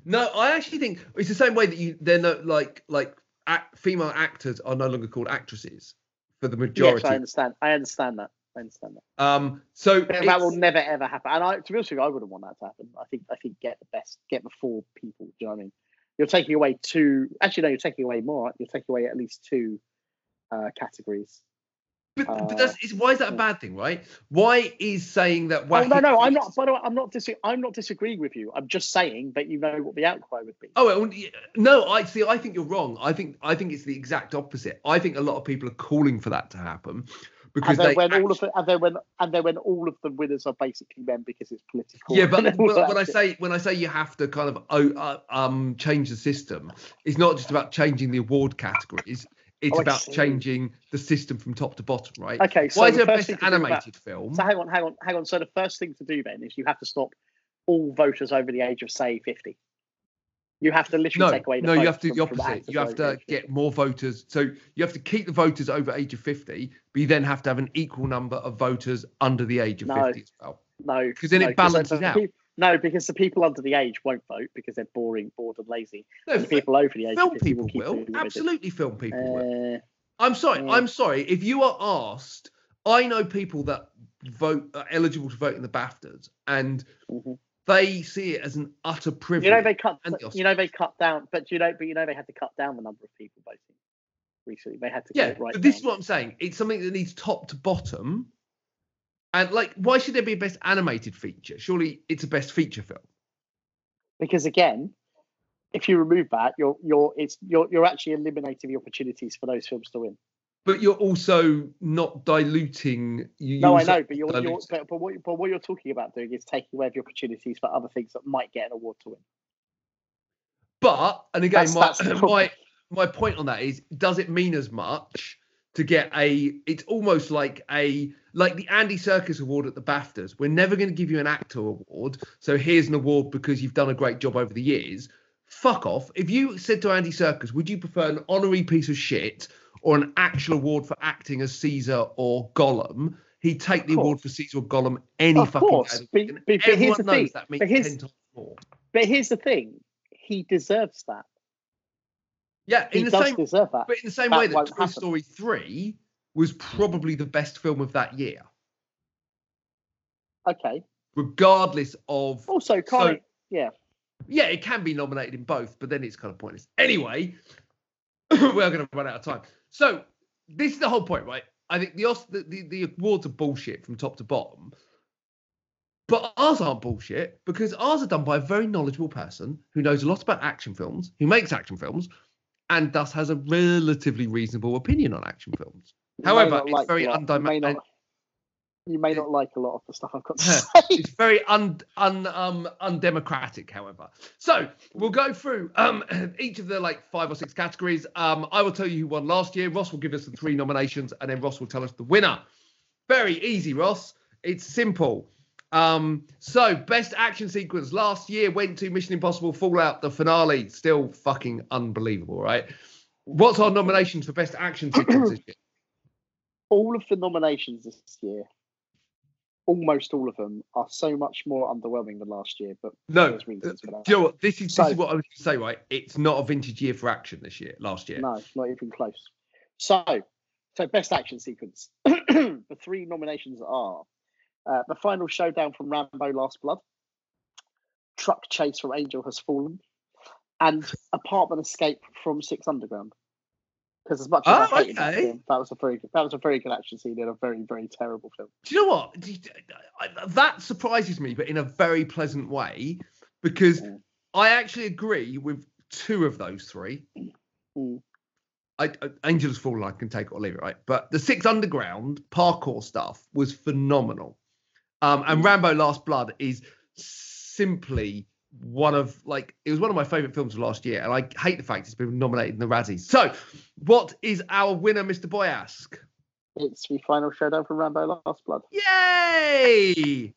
Speaker 1: no, I actually think it's the same way that you. They're not like like act, female actors are no longer called actresses for the majority.
Speaker 2: Yes, I understand. I understand that. I understand that.
Speaker 1: um, so
Speaker 2: But
Speaker 1: it's-
Speaker 2: that will never ever happen. And I, to be honest with you, I wouldn't want that to happen. I think I think get the best, get the four people. Do you know what I mean? You're taking away two. Actually, no, you're taking away more. aren't you? You're taking away at least two uh, categories.
Speaker 1: but, but
Speaker 2: uh,
Speaker 1: that's, it's, why is that a
Speaker 2: yeah.
Speaker 1: bad thing, right? Why is saying that?
Speaker 2: Oh, no,
Speaker 1: wacky-
Speaker 2: no, I'm not. By the way, I'm not. Dis- I'm not disagreeing with you. I'm just saying that you know what the outcry would be.
Speaker 1: Oh well, y- no, I see. I think you're wrong. I think I think it's the exact opposite. I think a lot of people are calling for that to happen because
Speaker 2: and then
Speaker 1: they
Speaker 2: when all of the, and then when and then when all of the winners are basically men because it's political.
Speaker 1: Yeah, but,
Speaker 2: and all
Speaker 1: but
Speaker 2: that
Speaker 1: when I
Speaker 2: shit.
Speaker 1: say when I say you have to kind of oh, uh, um change the system, it's not just about changing the award categories. It's
Speaker 2: Oh, I
Speaker 1: about
Speaker 2: see.
Speaker 1: changing the system from top to bottom, right?
Speaker 2: okay, so
Speaker 1: Why is
Speaker 2: the
Speaker 1: there a
Speaker 2: first
Speaker 1: best
Speaker 2: thing to think about-
Speaker 1: animated film?
Speaker 2: So hang on, hang on, hang on. So the first thing to do then is you have to stop all voters over the age of say fifty. You have to literally
Speaker 1: No,
Speaker 2: take away the
Speaker 1: no, you
Speaker 2: vote
Speaker 1: have to do the
Speaker 2: from- from
Speaker 1: opposite.
Speaker 2: actors
Speaker 1: You have
Speaker 2: over the
Speaker 1: to
Speaker 2: age of 50.
Speaker 1: get more voters. So you have to keep the voters over age of fifty, but you then have to have an equal number of voters under the age of
Speaker 2: No.
Speaker 1: fifty as well.
Speaker 2: no,
Speaker 1: 'Cause then it
Speaker 2: no,
Speaker 1: balances
Speaker 2: the- the
Speaker 1: out.
Speaker 2: peop- No, because the people under the age won't vote because they're boring, bored, and lazy.
Speaker 1: No,
Speaker 2: And the people over the age of
Speaker 1: film
Speaker 2: 50
Speaker 1: people
Speaker 2: keep
Speaker 1: will
Speaker 2: doing what they do.
Speaker 1: absolutely. Film people will.
Speaker 2: Uh,
Speaker 1: I'm sorry.
Speaker 2: Mm.
Speaker 1: I'm sorry. If you are asked, I know people that vote are eligible to vote in the BAFTAs, and
Speaker 2: Mhm.
Speaker 1: they see it as an utter privilege.
Speaker 2: you know they cut.
Speaker 1: And the
Speaker 2: You know they cut down, but you know, but you know they had to cut down the number of people voting recently. They had to.
Speaker 1: yeah,
Speaker 2: cut it right
Speaker 1: but this
Speaker 2: down.
Speaker 1: is what I'm saying. It's something that needs top to bottom, and like, why should there be a best animated feature? Surely it's a best feature film.
Speaker 2: because again, if you remove that, you're you're it's you're you're actually eliminating the opportunities for those films to win.
Speaker 1: But you're also not diluting. You
Speaker 2: No, I
Speaker 1: also-
Speaker 2: know, but you're, you're
Speaker 1: dilutes it.
Speaker 2: but, but what but what you're talking about doing is taking away the opportunities for other things that might get an award to win.
Speaker 1: But and again,
Speaker 2: That's-
Speaker 1: my
Speaker 2: that's the problem.
Speaker 1: my my point on that is, does it mean as much to get a? It's almost like a like the Andy Circus Award at the BAFTAs. We're never going to give you an actor award, so here's an award because you've done a great job over the years. Fuck off. If you said to Andy Circus, would you prefer an honorary piece of shit or an actual award for acting as Caesar or Gollum? He'd take the
Speaker 2: course.
Speaker 1: award for Caesar or Gollum any
Speaker 2: Of
Speaker 1: fucking
Speaker 2: course,
Speaker 1: day. of
Speaker 2: but-
Speaker 1: the week.
Speaker 2: but- but
Speaker 1: And
Speaker 2: here's
Speaker 1: everyone
Speaker 2: the
Speaker 1: knows
Speaker 2: thing,
Speaker 1: that means
Speaker 2: but here's-
Speaker 1: 10 times more.
Speaker 2: But here's the thing: he deserves that.
Speaker 1: Yeah,
Speaker 2: He
Speaker 1: in the
Speaker 2: does
Speaker 1: same
Speaker 2: deserve that.
Speaker 1: But in the same
Speaker 2: That
Speaker 1: way that
Speaker 2: won't
Speaker 1: Toy
Speaker 2: happen.
Speaker 1: Story 3 was probably the best film of that year,
Speaker 2: Okay.
Speaker 1: regardless of.
Speaker 2: Also, can't
Speaker 1: So-
Speaker 2: it- yeah.
Speaker 1: Yeah, it can be nominated in both, but then it's kind of pointless. Anyway, we're going to run out of time. So, this is the whole point, right? I think the, Os- the, the, the awards are bullshit from top to bottom. But ours aren't bullshit because ours are done by a very knowledgeable person who knows a lot about action films, who makes action films, and thus has a relatively reasonable opinion on action films.
Speaker 2: You may
Speaker 1: However,
Speaker 2: not
Speaker 1: it's very
Speaker 2: a lot- you may
Speaker 1: undimen-
Speaker 2: not- You may not like a lot of the stuff I've got to
Speaker 1: Yeah.
Speaker 2: say.
Speaker 1: it's very un, un um undemocratic however so we'll go through um each of the like five or six categories um i will tell you who won last year ross will give us the three nominations and then ross will tell us the winner very easy ross it's simple um so best action sequence last year went to mission impossible fallout the finale still fucking unbelievable right what's our nominations for best action sequence this year?
Speaker 2: all of the nominations this year, almost all of them, are so much more underwhelming than last year. But
Speaker 1: no
Speaker 2: there's reasons for that.
Speaker 1: do you know what this is, this
Speaker 2: So-
Speaker 1: is what i was going to say right it's not a vintage year for action this year last year
Speaker 2: No, not even close. So, so best action sequence. the three nominations are uh, the final showdown from Rambo: Last Blood, truck chase from Angel Has Fallen, and apartment escape from Six Underground. Because as much as
Speaker 1: Oh,
Speaker 2: I hated that
Speaker 1: okay.
Speaker 2: film, that was a very good, that was a very good action scene in a very very terrible film.
Speaker 1: Do you know what? Do you- I- That surprises me, but in a very pleasant way, because
Speaker 2: Mm.
Speaker 1: I actually agree with two of those three.
Speaker 2: Mm.
Speaker 1: I, I, Angels Fall, I can take it or leave it, right? But the Six Underground parkour stuff was phenomenal. Um,
Speaker 2: Mm.
Speaker 1: and Rambo Last Blood is simply one of like it was one of my favorite films of last year, and I hate the fact it's been nominated in the Razzies. So, what is our winner, Mr. Boyask?
Speaker 2: It's the final showdown from Rambo: Last Blood.
Speaker 1: Yay!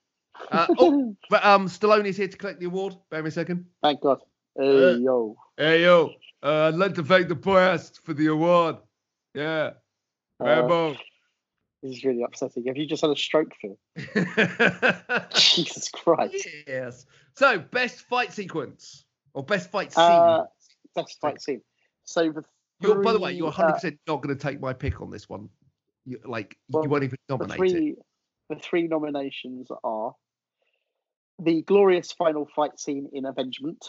Speaker 1: Uh, oh, but um, Stallone is here to collect the award. Bear me a second.
Speaker 2: Thank God. Hey,
Speaker 1: Uh,
Speaker 2: yo.
Speaker 1: Hey yo, uh, I'd like to thank the boys for the award. Yeah,
Speaker 2: Uh,
Speaker 1: Rambo.
Speaker 2: this is really upsetting. Have you just had a stroke, Phil? Jesus Christ.
Speaker 1: yes. So, best fight sequence or best fight scene.
Speaker 2: Uh, best fight scene. So the
Speaker 1: you're, by the way,
Speaker 2: three,
Speaker 1: you're
Speaker 2: uh,
Speaker 1: 100 percent not going to take my pick on this one. You, like
Speaker 2: Well,
Speaker 1: you won't even
Speaker 2: the
Speaker 1: nominate it.
Speaker 2: three, the three nominations are the glorious final fight scene in Avengement,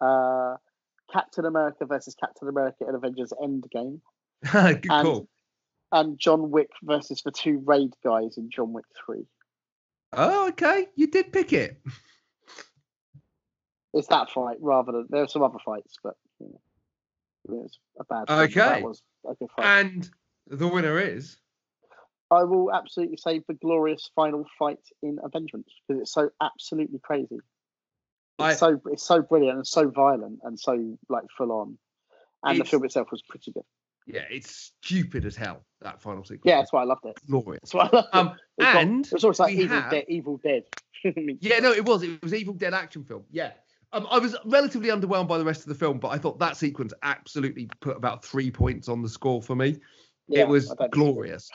Speaker 2: uh, Captain America versus Captain America in Avengers Endgame,
Speaker 1: Good
Speaker 2: and-
Speaker 1: call.
Speaker 2: and John Wick versus the two raid guys in John Wick Three.
Speaker 1: Oh, okay. You did pick it.
Speaker 2: It's that fight rather than there are some other fights, but you know, it was a bad. one, but
Speaker 1: Okay.
Speaker 2: that was a good fight.
Speaker 1: And the winner is.
Speaker 2: I will absolutely say the glorious final fight in Avengement because it's so absolutely crazy. It's
Speaker 1: I-
Speaker 2: so it's so brilliant and so violent and so like full on, and the
Speaker 1: It's-
Speaker 2: film itself was pretty good.
Speaker 1: Yeah, it's stupid as hell. That final sequence.
Speaker 2: Yeah, that's why I loved it.
Speaker 1: glorious.
Speaker 2: That's why I loved it.
Speaker 1: Um,
Speaker 2: It's got-
Speaker 1: and
Speaker 2: it was almost like
Speaker 1: we
Speaker 2: Evil
Speaker 1: have-
Speaker 2: Dead. Evil Dead.
Speaker 1: yeah, no, it was. It was Evil Dead action film. Yeah. Um, I was relatively underwhelmed by the rest of the film, but I thought that sequence absolutely put about three points on the score for me.
Speaker 2: Yeah,
Speaker 1: it was
Speaker 2: I don't-
Speaker 1: glorious.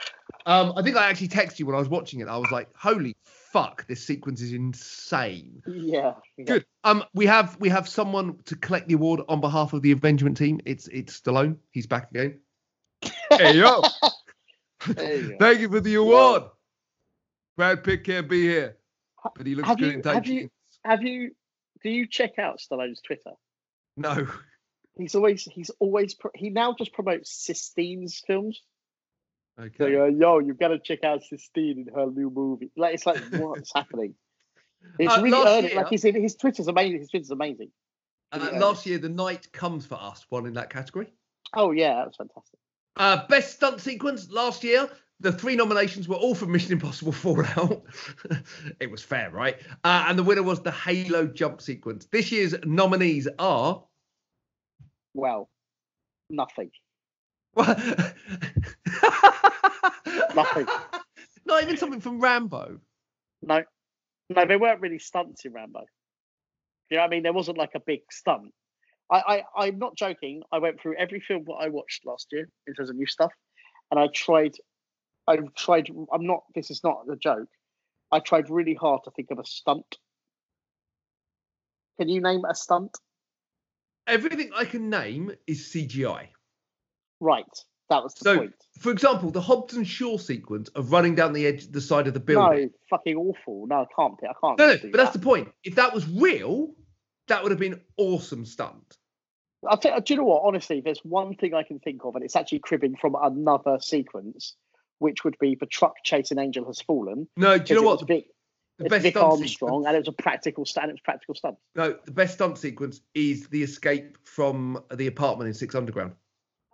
Speaker 1: Um, I think I actually texted you when I was watching it. I was like, "Holy fuck, this sequence is insane."
Speaker 2: Yeah, yeah.
Speaker 1: Good. Um, we have we have someone to collect the award on behalf of the Avengement team. It's it's Stallone. He's back again. hey yo.
Speaker 2: There you go.
Speaker 1: Thank you for the award. Brad Pitt can't be here, but he looks
Speaker 2: have
Speaker 1: good
Speaker 2: you-
Speaker 1: in
Speaker 2: have
Speaker 1: tight
Speaker 2: you-
Speaker 1: jeans.
Speaker 2: Have you? Do you check out Stallone's Twitter?
Speaker 1: No,
Speaker 2: He's always he's always pro- he now just promotes Sistine's films. It's
Speaker 1: okay.
Speaker 2: Like, uh, yo, you've got to check out Sistine in her new movie. Like, it's like, what's happening? It's
Speaker 1: Uh,
Speaker 2: really
Speaker 1: last
Speaker 2: early.
Speaker 1: year-
Speaker 2: Like, his, his Twitter's amazing. His Twitter's amazing.
Speaker 1: Uh, last year, The Night Comes for Us won in that category.
Speaker 2: Oh, yeah, that was fantastic.
Speaker 1: Uh, best stunt sequence last year. The three nominations were all from Mission Impossible Fallout. it was fair, right? Uh, and the winner was the Halo jump sequence. This year's nominees are
Speaker 2: Wow. Nothing.
Speaker 1: What?
Speaker 2: Nothing.
Speaker 1: Not even something from Rambo.
Speaker 2: No, no, there weren't really stunts in Rambo. You know what I mean? There wasn't like a big stunt. I, I, I'm not joking. I went through every film that I watched last year in terms of new stuff, and I tried. I tried. I'm not. This is not a joke. I tried really hard to think of a stunt. Can you name a stunt?
Speaker 1: Everything I can name is CGI.
Speaker 2: Right. That was the
Speaker 1: So,
Speaker 2: point.
Speaker 1: For example, the Hobson Shaw sequence of running down the edge, the side of the building.
Speaker 2: No, fucking awful. No, I can't. I can't.
Speaker 1: No, no,
Speaker 2: do
Speaker 1: but that's
Speaker 2: that.
Speaker 1: the point. If that was real, that would have been awesome stunt.
Speaker 2: I think, do you know what? Honestly, there's one thing I can think of, and it's actually cribbing from another sequence, which would be the truck chase and Angel Has Fallen.
Speaker 1: No, do you know
Speaker 2: because
Speaker 1: what?
Speaker 2: It was Vic,
Speaker 1: The
Speaker 2: it's
Speaker 1: best
Speaker 2: Vic
Speaker 1: stunt
Speaker 2: Armstrong,
Speaker 1: sequence,
Speaker 2: and it was a practical stunt. It was practical stunt.
Speaker 1: no, the best stunt sequence is the escape from the apartment in Six Underground.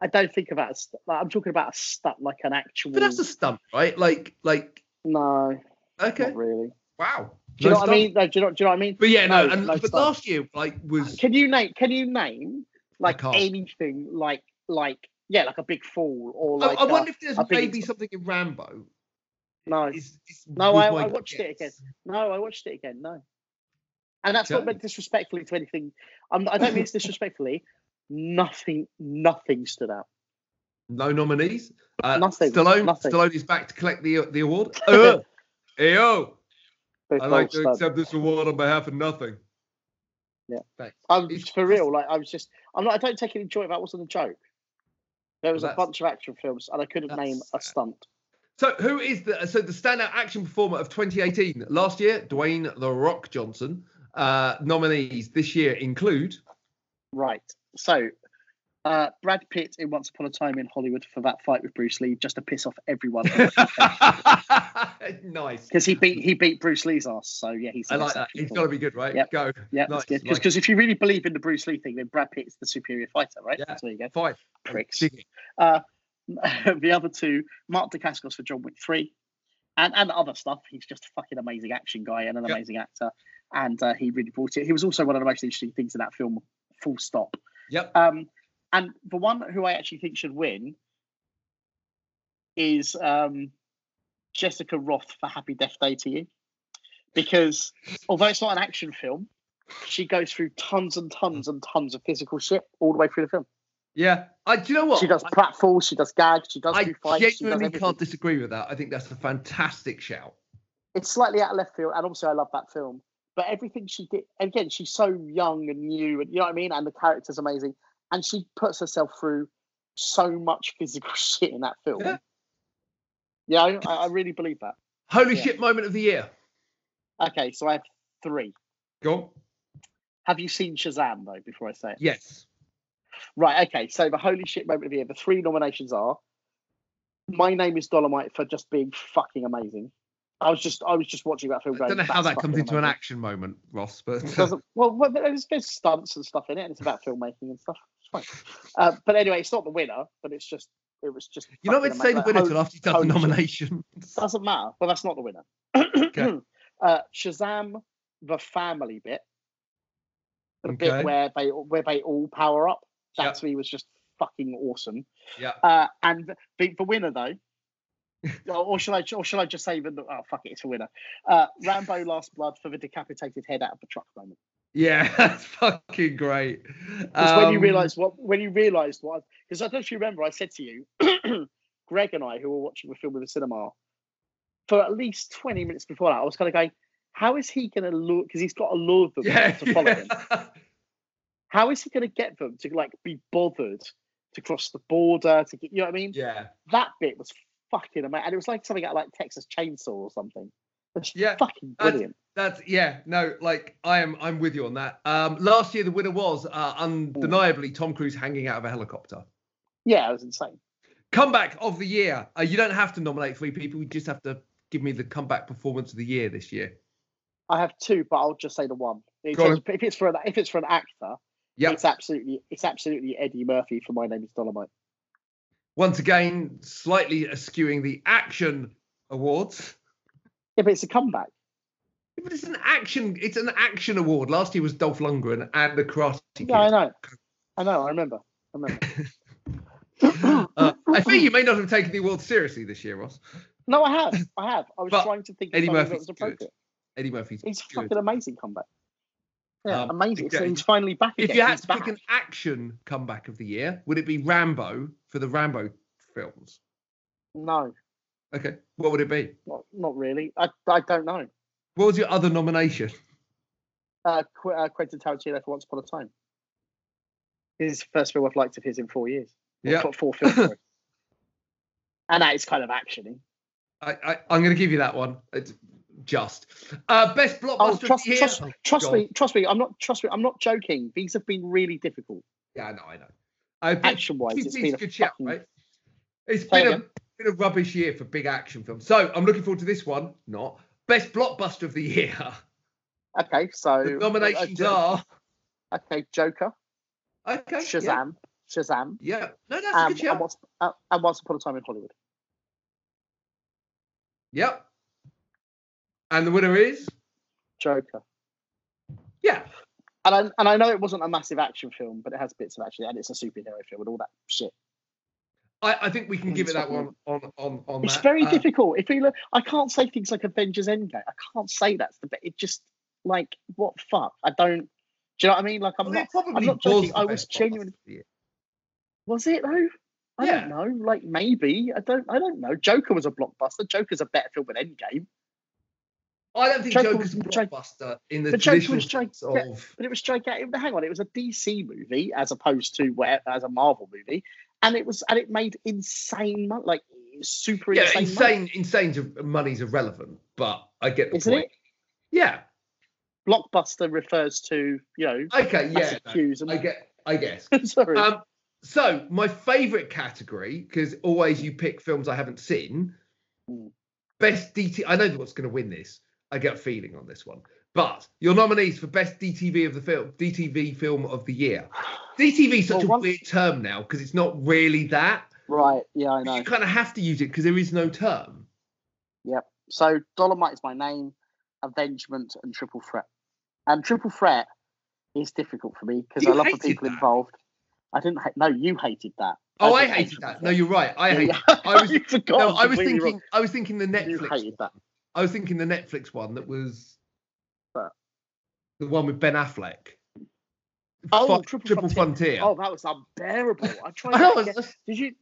Speaker 2: I don't think about st- like, I'm talking about a stunt, like an actual.
Speaker 1: But that's a stunt, right? Like, like,
Speaker 2: no,
Speaker 1: okay,
Speaker 2: not really.
Speaker 1: wow.
Speaker 2: Do you
Speaker 1: No
Speaker 2: know what I
Speaker 1: stunt.
Speaker 2: mean? No, do you know? Do you know what I mean?
Speaker 1: But yeah, no,
Speaker 2: No,
Speaker 1: and,
Speaker 2: no
Speaker 1: but
Speaker 2: stunt.
Speaker 1: last year like was
Speaker 2: Can you name? Can you name like
Speaker 1: can't.
Speaker 2: anything like like yeah, like a big fall or
Speaker 1: I-
Speaker 2: like?
Speaker 1: I,
Speaker 2: uh,
Speaker 1: wonder if there's
Speaker 2: I think
Speaker 1: maybe
Speaker 2: it's-
Speaker 1: something in Rambo.
Speaker 2: no,
Speaker 1: Is, is
Speaker 2: No,
Speaker 1: was
Speaker 2: I-
Speaker 1: my
Speaker 2: I watched it
Speaker 1: guess.
Speaker 2: No, I watched it again. No, and that's not
Speaker 1: Okay.
Speaker 2: meant disrespectfully to anything. I'm, I don't mean it's disrespectfully. Nothing, nothing stood out.
Speaker 1: No nominees. Uh,
Speaker 2: Nothing,
Speaker 1: Stallone.
Speaker 2: nothing.
Speaker 1: Stallone is back to collect the the award. Uh, hey yo,
Speaker 2: There's
Speaker 1: I
Speaker 2: no
Speaker 1: like to
Speaker 2: stud.
Speaker 1: accept this award on behalf of nothing.
Speaker 2: Yeah.
Speaker 1: Thanks.
Speaker 2: I'm
Speaker 1: it's-
Speaker 2: for real. Like I was just. I'm not. I don't take any joy. That wasn't a joke. There was a
Speaker 1: that's-
Speaker 2: bunch of action films, and I couldn't name a
Speaker 1: that's-
Speaker 2: stunt.
Speaker 1: So who is the so the standout action performer of 2018? Last year, Dwayne the Rock Johnson. Uh, nominees this year include
Speaker 2: Right. So, uh, Brad Pitt in Once Upon a Time in Hollywood for that fight with Bruce Lee, just to piss off everyone
Speaker 1: nice.
Speaker 2: because he beat he beat Bruce Lee's ass. So yeah, he's.
Speaker 1: I
Speaker 2: an
Speaker 1: like that.
Speaker 2: exceptional
Speaker 1: He's got to be good, right?
Speaker 2: Yep.
Speaker 1: Go.
Speaker 2: Yeah,
Speaker 1: Nice,
Speaker 2: that's good.
Speaker 1: nice.
Speaker 2: Because if you really believe in the Bruce Lee thing, then Brad Pitt's the superior fighter, right?
Speaker 1: Yeah.
Speaker 2: So there you go.
Speaker 1: Fine.
Speaker 2: Pricks.
Speaker 1: Dig it.
Speaker 2: Uh, the other two, Mark Dacascos for John Wick 3, and, and other stuff. He's just a fucking amazing action guy and an
Speaker 1: Yeah.
Speaker 2: amazing actor. And uh, he really brought it. He was also one of the most interesting things in that film, full stop.
Speaker 1: Yep.
Speaker 2: Um, and the one who I actually think should win is um, Jessica Roth for Happy Death Day to You. Because although it's not an action film, she goes through tons and tons and tons of physical shit all the way through the film.
Speaker 1: Yeah. I, do you know what?
Speaker 2: She does pratfalls, she does gags, she does
Speaker 1: I
Speaker 2: do fights. she does
Speaker 1: genuinely
Speaker 2: everything.
Speaker 1: can't disagree with that. I think that's a fantastic shout.
Speaker 2: It's slightly out of left field, and also I love that film. But everything she did, and again, she's so young and new, and you know what I mean. And the character's amazing, and she puts herself through so much physical shit in that film.
Speaker 1: Yeah.
Speaker 2: Yeah, I, I really believe that.
Speaker 1: Holy
Speaker 2: Yeah.
Speaker 1: shit moment of the year.
Speaker 2: Okay, so I have three.
Speaker 1: Go on.
Speaker 2: Have you seen Shazam though? Before I say it,
Speaker 1: Yes.
Speaker 2: Right, okay. So the holy shit moment of the year, the three nominations are My Name is Dolomite for just being fucking amazing. I was just I was just watching that film.
Speaker 1: I don't
Speaker 2: going,
Speaker 1: know how
Speaker 2: "That's
Speaker 1: that comes
Speaker 2: fucking
Speaker 1: into an
Speaker 2: amazing."
Speaker 1: action moment, Ross, but uh,
Speaker 2: It doesn't well, well there's, there's stunts and stuff in it, and it's about filmmaking and stuff. It's fine. Uh, but anyway, it's not the winner, but it's just it was just
Speaker 1: you're not meant
Speaker 2: fucking
Speaker 1: to say the
Speaker 2: amazing.
Speaker 1: winner
Speaker 2: Like,
Speaker 1: till after you've done the
Speaker 2: holy shit.
Speaker 1: nomination.
Speaker 2: doesn't matter. Well, that's not the winner. uh, Shazam, the family bit, the
Speaker 1: Okay.
Speaker 2: bit where they where they all power up. That
Speaker 1: Yep.
Speaker 2: to me was just fucking awesome.
Speaker 1: Yeah.
Speaker 2: Uh, and the, the winner though, or or shall I or shall I just say that? Oh fuck it, it's a winner. Uh, Rambo: Last Blood for the decapitated head out of the truck moment.
Speaker 1: Yeah, that's fucking great.
Speaker 2: It's when you
Speaker 1: Um,
Speaker 2: realise what when you realised what because I don't know if you remember I said to you, Greg and I who were watching the film in the cinema, for at least twenty minutes before that I was kind of going, how is he going to look? Because he's got a law book
Speaker 1: Yeah.
Speaker 2: to follow him.
Speaker 1: yeah.
Speaker 2: How is he going to get them to like be bothered to cross the border to get you know what I mean?
Speaker 1: yeah.
Speaker 2: that bit was fucking amazing. And it was like something out of, like Texas Chainsaw or something. It's
Speaker 1: Yeah,
Speaker 2: fucking
Speaker 1: that's-
Speaker 2: brilliant.
Speaker 1: That's yeah, no, like I am I'm with you on that. Um last year the winner was uh, undeniably Tom Cruise hanging out of a helicopter.
Speaker 2: Yeah, it was insane.
Speaker 1: Comeback of the year. Uh, you don't have to nominate three people, you just have to give me the comeback performance of the year this year.
Speaker 2: I have two, but I'll just say the one. In
Speaker 1: Go on.
Speaker 2: terms of- if it's for an if it's for an actor,
Speaker 1: Yep.
Speaker 2: it's absolutely it's absolutely Eddie Murphy for My Name Is Dolomite.
Speaker 1: Once again, slightly askewing the action awards.
Speaker 2: Yeah, but it's a comeback.
Speaker 1: But it's an action. It's an action award. Last year was Dolph Lundgren and the Karate Kid.
Speaker 2: Yeah, I know. I know. I remember. I remember.
Speaker 1: Uh, I think you may not have taken the award seriously this year, Ross.
Speaker 2: No, I have. I have. I was
Speaker 1: But
Speaker 2: trying to think of
Speaker 1: Eddie
Speaker 2: something that
Speaker 1: Murphy's
Speaker 2: was appropriate.
Speaker 1: Eddie Murphy's
Speaker 2: He's a
Speaker 1: good.
Speaker 2: fucking amazing comeback. Yeah,
Speaker 1: Um,
Speaker 2: amazing. So
Speaker 1: okay.
Speaker 2: he's finally back again.
Speaker 1: If you had
Speaker 2: He's
Speaker 1: to
Speaker 2: back.
Speaker 1: pick an action comeback of the year, would it be Rambo for the Rambo films?
Speaker 2: No,
Speaker 1: Okay, what would it be?
Speaker 2: not, not really. I, I don't know.
Speaker 1: What was your other nomination?
Speaker 2: Uh, Qu- uh, Quentin Tarantino for Once Upon a Time. His first film I've liked of his in four years. Well,
Speaker 1: Yeah,
Speaker 2: four- Four films. sorry. and that is kind of actiony.
Speaker 1: I, I, I'm going to give you that one. It's just uh, best blockbuster
Speaker 2: Oh,
Speaker 1: of the
Speaker 2: trust,
Speaker 1: year.
Speaker 2: trust, trust
Speaker 1: God.
Speaker 2: me, trust me. I'm not, trust me. I'm not joking. These have been really difficult
Speaker 1: Yeah, I know, I know. Uh, I think
Speaker 2: action wise.
Speaker 1: It's
Speaker 2: It's been a
Speaker 1: good shout,
Speaker 2: fucking-
Speaker 1: right? It's
Speaker 2: Say
Speaker 1: been a,
Speaker 2: again.
Speaker 1: been a rubbish year for big action films. So I'm looking forward to this one. Not best blockbuster of the year.
Speaker 2: Okay, so
Speaker 1: The nominations
Speaker 2: Oh, okay,
Speaker 1: are
Speaker 2: okay, Joker,
Speaker 1: okay. Yeah,
Speaker 2: Shazam, Shazam,
Speaker 1: yeah. no, that's a
Speaker 2: um,
Speaker 1: good
Speaker 2: and,
Speaker 1: shout.
Speaker 2: once, uh, and Once Upon a Time in Hollywood.
Speaker 1: Yep. And the winner is
Speaker 2: Joker.
Speaker 1: yeah.
Speaker 2: And I, and I know it wasn't a massive action film, but it has bits of action, and it's a superhero film and all that shit.
Speaker 1: I, I think we can
Speaker 2: Mm,
Speaker 1: give it that one
Speaker 2: something.
Speaker 1: on on on.
Speaker 2: It's
Speaker 1: that.
Speaker 2: very
Speaker 1: Uh,
Speaker 2: difficult. If we look, I can't say things like Avengers Endgame. I can't say that's the. be- It just like what the fuck. I don't. Do you know what I mean? Like I'm
Speaker 1: well,
Speaker 2: not.
Speaker 1: it probably
Speaker 2: I'm
Speaker 1: was
Speaker 2: not joking,
Speaker 1: the
Speaker 2: I
Speaker 1: best
Speaker 2: was
Speaker 1: blockbuster
Speaker 2: genuinely-
Speaker 1: of the year.
Speaker 2: Was it though? I
Speaker 1: Yeah.
Speaker 2: don't know. Like maybe I don't. I don't know. Joker was a blockbuster. Joker's a better film than Endgame,
Speaker 1: I don't think
Speaker 2: Joker
Speaker 1: Joker's a
Speaker 2: was- Joker-
Speaker 1: blockbuster in the
Speaker 2: but Joker
Speaker 1: traditional
Speaker 2: was Joker-
Speaker 1: sense of.
Speaker 2: but it was gigantic. But Hang on, it was a DC movie as opposed to where as a Marvel movie, and it was and it made insane money, like super
Speaker 1: Yeah,
Speaker 2: insane, money,
Speaker 1: insane, insane to- money's irrelevant, but I get the
Speaker 2: isn't
Speaker 1: point.
Speaker 2: it?
Speaker 1: Yeah.
Speaker 2: Blockbuster refers to you know
Speaker 1: Okay. Yeah.
Speaker 2: massive queues and
Speaker 1: I get. I guess.
Speaker 2: sorry.
Speaker 1: Um, so my favorite category, because always you pick films I haven't seen.
Speaker 2: Mm.
Speaker 1: Best DT. I know what's going to win this. I get a feeling on this one. But your nominees for best DTV of the film, DTV film of the year. DTV is such
Speaker 2: Well,
Speaker 1: a
Speaker 2: one-
Speaker 1: weird term now because it's not really that.
Speaker 2: right, yeah, I
Speaker 1: but
Speaker 2: know.
Speaker 1: You kind of have to use it because there is no term.
Speaker 2: So Dolomite is my name, Avengement and Triple Threat. And Triple Threat is difficult for me because
Speaker 1: You
Speaker 2: I love the
Speaker 1: hated
Speaker 2: people
Speaker 1: that.
Speaker 2: involved. I didn't. Ha- no, you hated that.
Speaker 1: Oh, I
Speaker 2: did hate
Speaker 1: hated
Speaker 2: Triple
Speaker 1: that. No,
Speaker 2: Threat.
Speaker 1: you're right. I hated.
Speaker 2: Yeah,
Speaker 1: I was.
Speaker 2: you forgot.
Speaker 1: No, I was
Speaker 2: completely
Speaker 1: thinking. I was thinking the
Speaker 2: wrong. You
Speaker 1: Netflix.
Speaker 2: hated that.
Speaker 1: I was thinking the Netflix one that was
Speaker 2: But-
Speaker 1: the one with Ben Affleck.
Speaker 2: Oh,
Speaker 1: Fu-
Speaker 2: Triple
Speaker 1: Frontier.
Speaker 2: Oh, that was unbearable. I tried.
Speaker 1: I know,
Speaker 2: that
Speaker 1: it's
Speaker 2: again.
Speaker 1: just-
Speaker 2: Did you?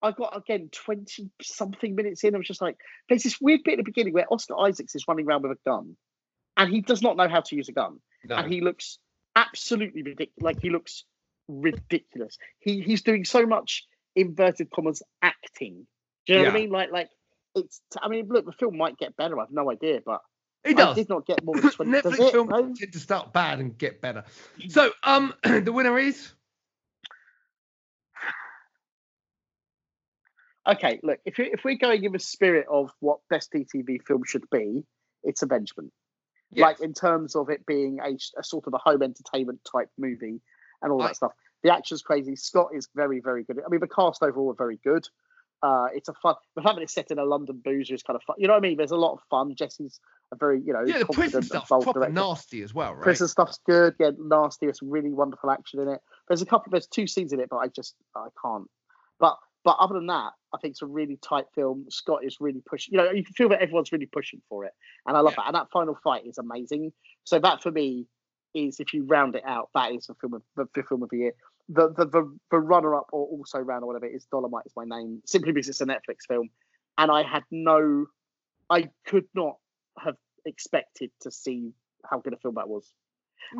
Speaker 2: I got again twenty something minutes in. I was just like, there's this weird bit at the beginning where Oscar Isaacs is running around with a gun, and he does not know how to use a gun.
Speaker 1: no.
Speaker 2: and he looks absolutely ridiculous. Like he looks ridiculous. He he's doing so much inverted commas acting. Do you know what I
Speaker 1: Yeah.
Speaker 2: mean? Like like it's. I mean, look, the film might get better. I've no idea, but
Speaker 1: it
Speaker 2: I
Speaker 1: does.
Speaker 2: did not get more than twenty. does
Speaker 1: Netflix
Speaker 2: it?
Speaker 1: films
Speaker 2: No?
Speaker 1: tend to start bad and get better. So, um, the winner is
Speaker 2: Okay, look, if you, if we're going in the spirit of what best DTV film should be, it's Avengement. Like in terms of it being a, s- a sort of a home entertainment type movie and all that
Speaker 1: I-
Speaker 2: stuff. The action's crazy. Scott is very, very good. I mean, the cast overall are very good. Uh, it's a fun. The fact that it's set in a London boozer is kind of fun. You know what I mean? There's a lot of fun. Jesse's a very, you know,
Speaker 1: yeah, the prison
Speaker 2: confident,
Speaker 1: stuff's
Speaker 2: bold
Speaker 1: proper
Speaker 2: director.
Speaker 1: nasty as well, right?
Speaker 2: Prison stuff's good. Yeah, nasty. It's really wonderful action in it. There's a couple. There's two scenes in it, but I just I can't. But but other than that, I think it's a really tight film. Scott is really pushing. You know, you can feel that everyone's really pushing for it, and I love that. And that final fight is amazing. So that for me is, if you round it out, that is the film of the, the film of the year. The the the, the runner up or also round or whatever it is Dolomite is my name simply because it's a Netflix film, and I had no, I could not have expected to see how good a film that was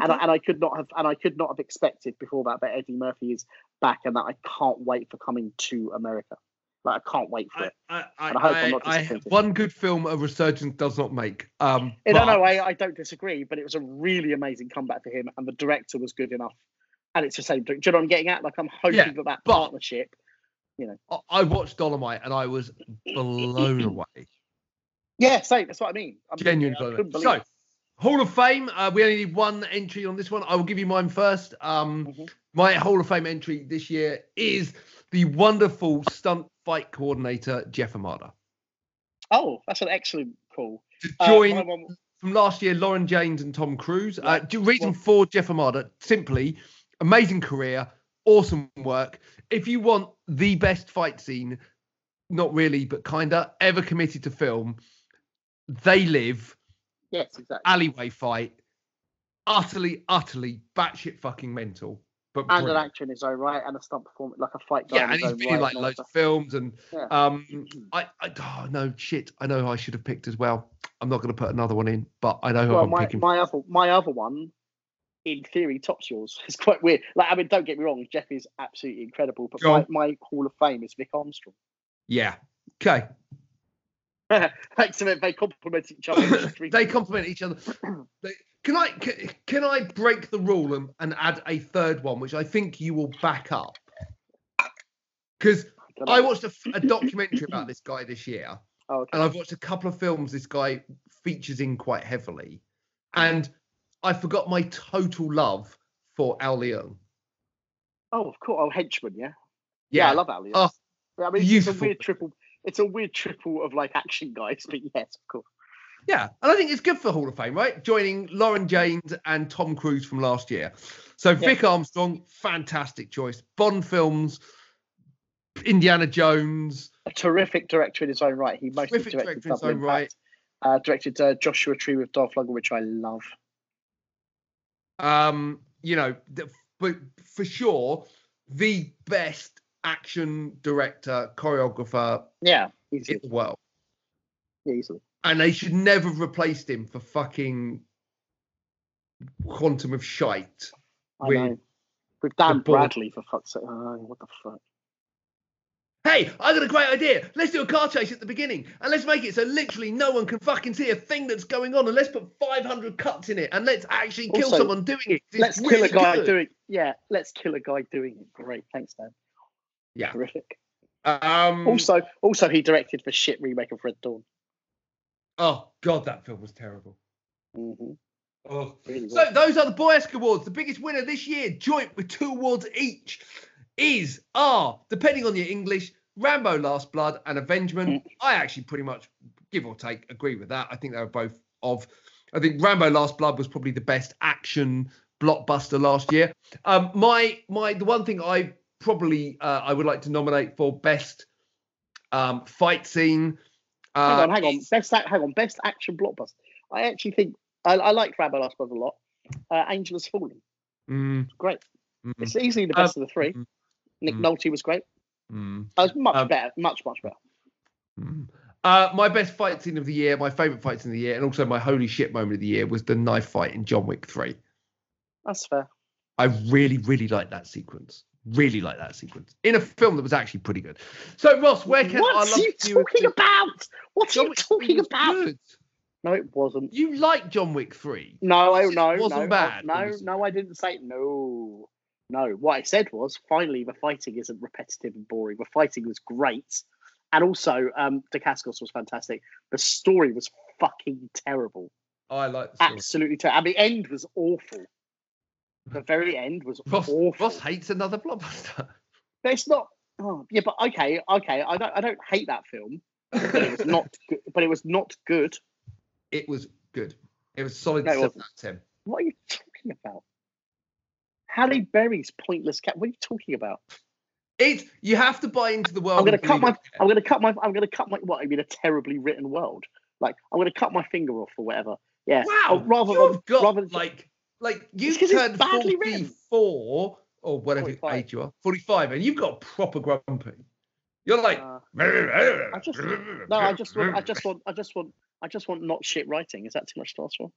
Speaker 2: and I, and I could not have and I could not have expected before that that Eddie Murphy is back and that I can't wait for coming to America. Like I can't wait for
Speaker 1: I,
Speaker 2: it.
Speaker 1: I, I,
Speaker 2: And I hope I'm
Speaker 1: I-
Speaker 2: not
Speaker 1: I-
Speaker 2: disappointed.
Speaker 1: one good film a resurgence does not make. Um,
Speaker 2: In no,
Speaker 1: but-
Speaker 2: no, I, I don't disagree, but it was a really amazing comeback for him, and the director was good enough. And it's the same. Do you know what I'm getting at? Like I'm hoping
Speaker 1: Yeah,
Speaker 2: that that
Speaker 1: but-
Speaker 2: partnership.
Speaker 1: I- I watched Dolomite and I was blown away.
Speaker 2: Yeah, same. That's what I mean. I'm
Speaker 1: Genuine
Speaker 2: I couldn't
Speaker 1: Dolomite.
Speaker 2: believe
Speaker 1: So,
Speaker 2: it.
Speaker 1: Hall of Fame. Uh, we only need one entry on this one. I will give you mine first. Um,
Speaker 2: Mhm.
Speaker 1: My Hall of Fame entry this year is the wonderful stunt fight coordinator Jeff Amada.
Speaker 2: Oh, that's an excellent call.
Speaker 1: To
Speaker 2: Uh,
Speaker 1: join
Speaker 2: my one-
Speaker 1: from last year, Lauren James and Tom Cruise. Uh,
Speaker 2: Yeah.
Speaker 1: do- reason
Speaker 2: Well-
Speaker 1: for Jeff Amada simply amazing career, awesome work. If you want the best fight scene, not really, but kinda, ever committed to film, they live
Speaker 2: Yes, exactly.
Speaker 1: alleyway fight, utterly, utterly batshit fucking mental. But
Speaker 2: and an
Speaker 1: brilliant.
Speaker 2: actor in his own right, and a stunt performance, like a fight guy.
Speaker 1: yeah,
Speaker 2: in
Speaker 1: and
Speaker 2: his
Speaker 1: he's
Speaker 2: own
Speaker 1: been
Speaker 2: right
Speaker 1: in like
Speaker 2: and all
Speaker 1: loads
Speaker 2: that
Speaker 1: of films and
Speaker 2: Yeah.
Speaker 1: um
Speaker 2: stuff.
Speaker 1: I, I oh no shit I know who I should have picked as well I'm not going to put another one in but I know who
Speaker 2: well,
Speaker 1: Oh, I'm
Speaker 2: my,
Speaker 1: picking
Speaker 2: my other my other one, in theory, tops yours. It's quite weird. Like, I mean, don't get me wrong, Jeff is absolutely incredible, but
Speaker 1: Go
Speaker 2: my,
Speaker 1: on.
Speaker 2: my Hall of Fame is Vic Armstrong.
Speaker 1: yeah okay
Speaker 2: Like, so they- they complement each other.
Speaker 1: they complement each other They- can I can, can I break the rule and, and add a third one which I think you will back up because I watched a, f- a documentary about this guy this year
Speaker 2: Oh, okay.
Speaker 1: and I've watched a couple of films this guy features in quite heavily, and I forgot my total love for Al Leung.
Speaker 2: oh, of course. Oh, henchman. Yeah. Yeah,
Speaker 1: Yeah,
Speaker 2: I love Ali.
Speaker 1: Oh,
Speaker 2: I mean, it's, it's a
Speaker 1: beautiful.
Speaker 2: weird triple. It's a weird triple of like action guys, but yes, of course.
Speaker 1: yeah, and I think it's good for Hall of Fame, right? Joining Lauren James and Tom Cruise from last year. So Vic Armstrong, fantastic choice. Bond films, Indiana Jones,
Speaker 2: A terrific director in his own right. He mostly
Speaker 1: Terrific
Speaker 2: directed
Speaker 1: director in his
Speaker 2: Double
Speaker 1: own right.
Speaker 2: Impact, Uh, directed uh, Joshua Tree with Dolph Lundgren, which I love.
Speaker 1: um, you know, th- but for sure the best action director choreographer
Speaker 2: Yeah,
Speaker 1: in
Speaker 2: easily,
Speaker 1: the world.
Speaker 2: yeah, easily.
Speaker 1: and they should never have replaced him for fucking quantum of shite.
Speaker 2: I
Speaker 1: With
Speaker 2: know. With Dan
Speaker 1: the ball.
Speaker 2: Bradley, for fuck's sake. Oh, what the fuck?
Speaker 1: Hey, I got a great idea. Let's do a car chase at the beginning, and let's make it so literally no one can fucking see a thing that's going on, and let's put 500 cuts in it, and let's actually kill
Speaker 2: Also,
Speaker 1: someone doing it. It's
Speaker 2: let's kill
Speaker 1: really
Speaker 2: a guy
Speaker 1: good.
Speaker 2: doing. Yeah, let's kill a guy doing it. Great, thanks, Dan.
Speaker 1: Yeah.
Speaker 2: Terrific.
Speaker 1: Um,
Speaker 2: Also, also he directed the shit remake of Red Dawn.
Speaker 1: oh god, that film was terrible.
Speaker 2: Mm-hmm.
Speaker 1: Oh.
Speaker 2: Really was.
Speaker 1: So those are the Boyesque Awards. The biggest winner this year, joint with two awards each, is are depending on your English, Rambo: Last Blood and
Speaker 2: Mm.
Speaker 1: Avengement. I actually pretty much give or take agree with that. I think they were both of. I think Rambo: Last Blood was probably the best action blockbuster last year. Um, my my the one thing I probably uh, I would like to nominate for best um, fight scene. Uh,
Speaker 2: hang on, hang on.
Speaker 1: is-
Speaker 2: Best act, hang on. Best action blockbuster. I actually think I, I like Rambo Last Blood a lot. Uh, Angel Has Fallen,
Speaker 1: Mm,
Speaker 2: great.
Speaker 1: mm,
Speaker 2: It's easily the
Speaker 1: Um,
Speaker 2: best of the three.
Speaker 1: mm,
Speaker 2: Nick
Speaker 1: mm.
Speaker 2: Nolte was great.
Speaker 1: mm.
Speaker 2: I was much
Speaker 1: Um,
Speaker 2: better, much much better.
Speaker 1: Mm. Uh, my best fight scene of the year, my favorite fight scene of the year, and also my holy shit moment of the year was the knife fight in John Wick 3.
Speaker 2: That's fair.
Speaker 1: I really, really like that sequence. Really like that sequence in a film that was actually pretty good. So, Ross, where can
Speaker 2: what
Speaker 1: our
Speaker 2: are
Speaker 1: love
Speaker 2: you
Speaker 1: viewers
Speaker 2: talking
Speaker 1: do-
Speaker 2: about? What are
Speaker 1: John
Speaker 2: you
Speaker 1: Wick 3
Speaker 2: talking
Speaker 1: was
Speaker 2: about?
Speaker 1: good.
Speaker 2: No, it wasn't.
Speaker 1: You like John Wick 3.
Speaker 2: No,
Speaker 1: It
Speaker 2: oh
Speaker 1: just
Speaker 2: no,
Speaker 1: wasn't
Speaker 2: no, oh,
Speaker 1: bad,
Speaker 2: no,
Speaker 1: obviously.
Speaker 2: no. I didn't say no, no. What I said was finally the fighting isn't repetitive and boring. The fighting was great, and also um, Dacascos was fantastic. The story was fucking terrible,
Speaker 1: I like the story.
Speaker 2: absolutely terrible. And the end was awful. The very end was
Speaker 1: Ross,
Speaker 2: awful.
Speaker 1: Ross hates another blockbuster.
Speaker 2: But it's not. Oh, yeah, but okay, okay. I don't, I don't hate that film, but it was not. good, but it was not good.
Speaker 1: It was good. It was solid
Speaker 2: No, it
Speaker 1: 7
Speaker 2: wasn't.
Speaker 1: out of 10.
Speaker 2: What are you talking about? Halle Berry's pointless cat. What are you talking about?
Speaker 1: It, you have to buy into the world.
Speaker 2: I'm gonna
Speaker 1: and
Speaker 2: cut
Speaker 1: believe
Speaker 2: my.
Speaker 1: it.
Speaker 2: I'm gonna cut my. I'm gonna cut my. What I mean, a terribly written world. Like I'm gonna cut my finger off or whatever. Yeah.
Speaker 1: Wow,
Speaker 2: Oh, rather
Speaker 1: Um, you've
Speaker 2: than
Speaker 1: got
Speaker 2: rather than
Speaker 1: like like you
Speaker 2: 'cause it's
Speaker 1: turned
Speaker 2: badly written.
Speaker 1: forty-four or whatever
Speaker 2: 45.
Speaker 1: age you are, forty-five, and you've got proper grumpy. You're like,
Speaker 2: uh,
Speaker 1: I
Speaker 2: just- no, I just want. I
Speaker 1: Mm.
Speaker 2: just want. I just want. I just want not shit writing. Is that too much to ask for?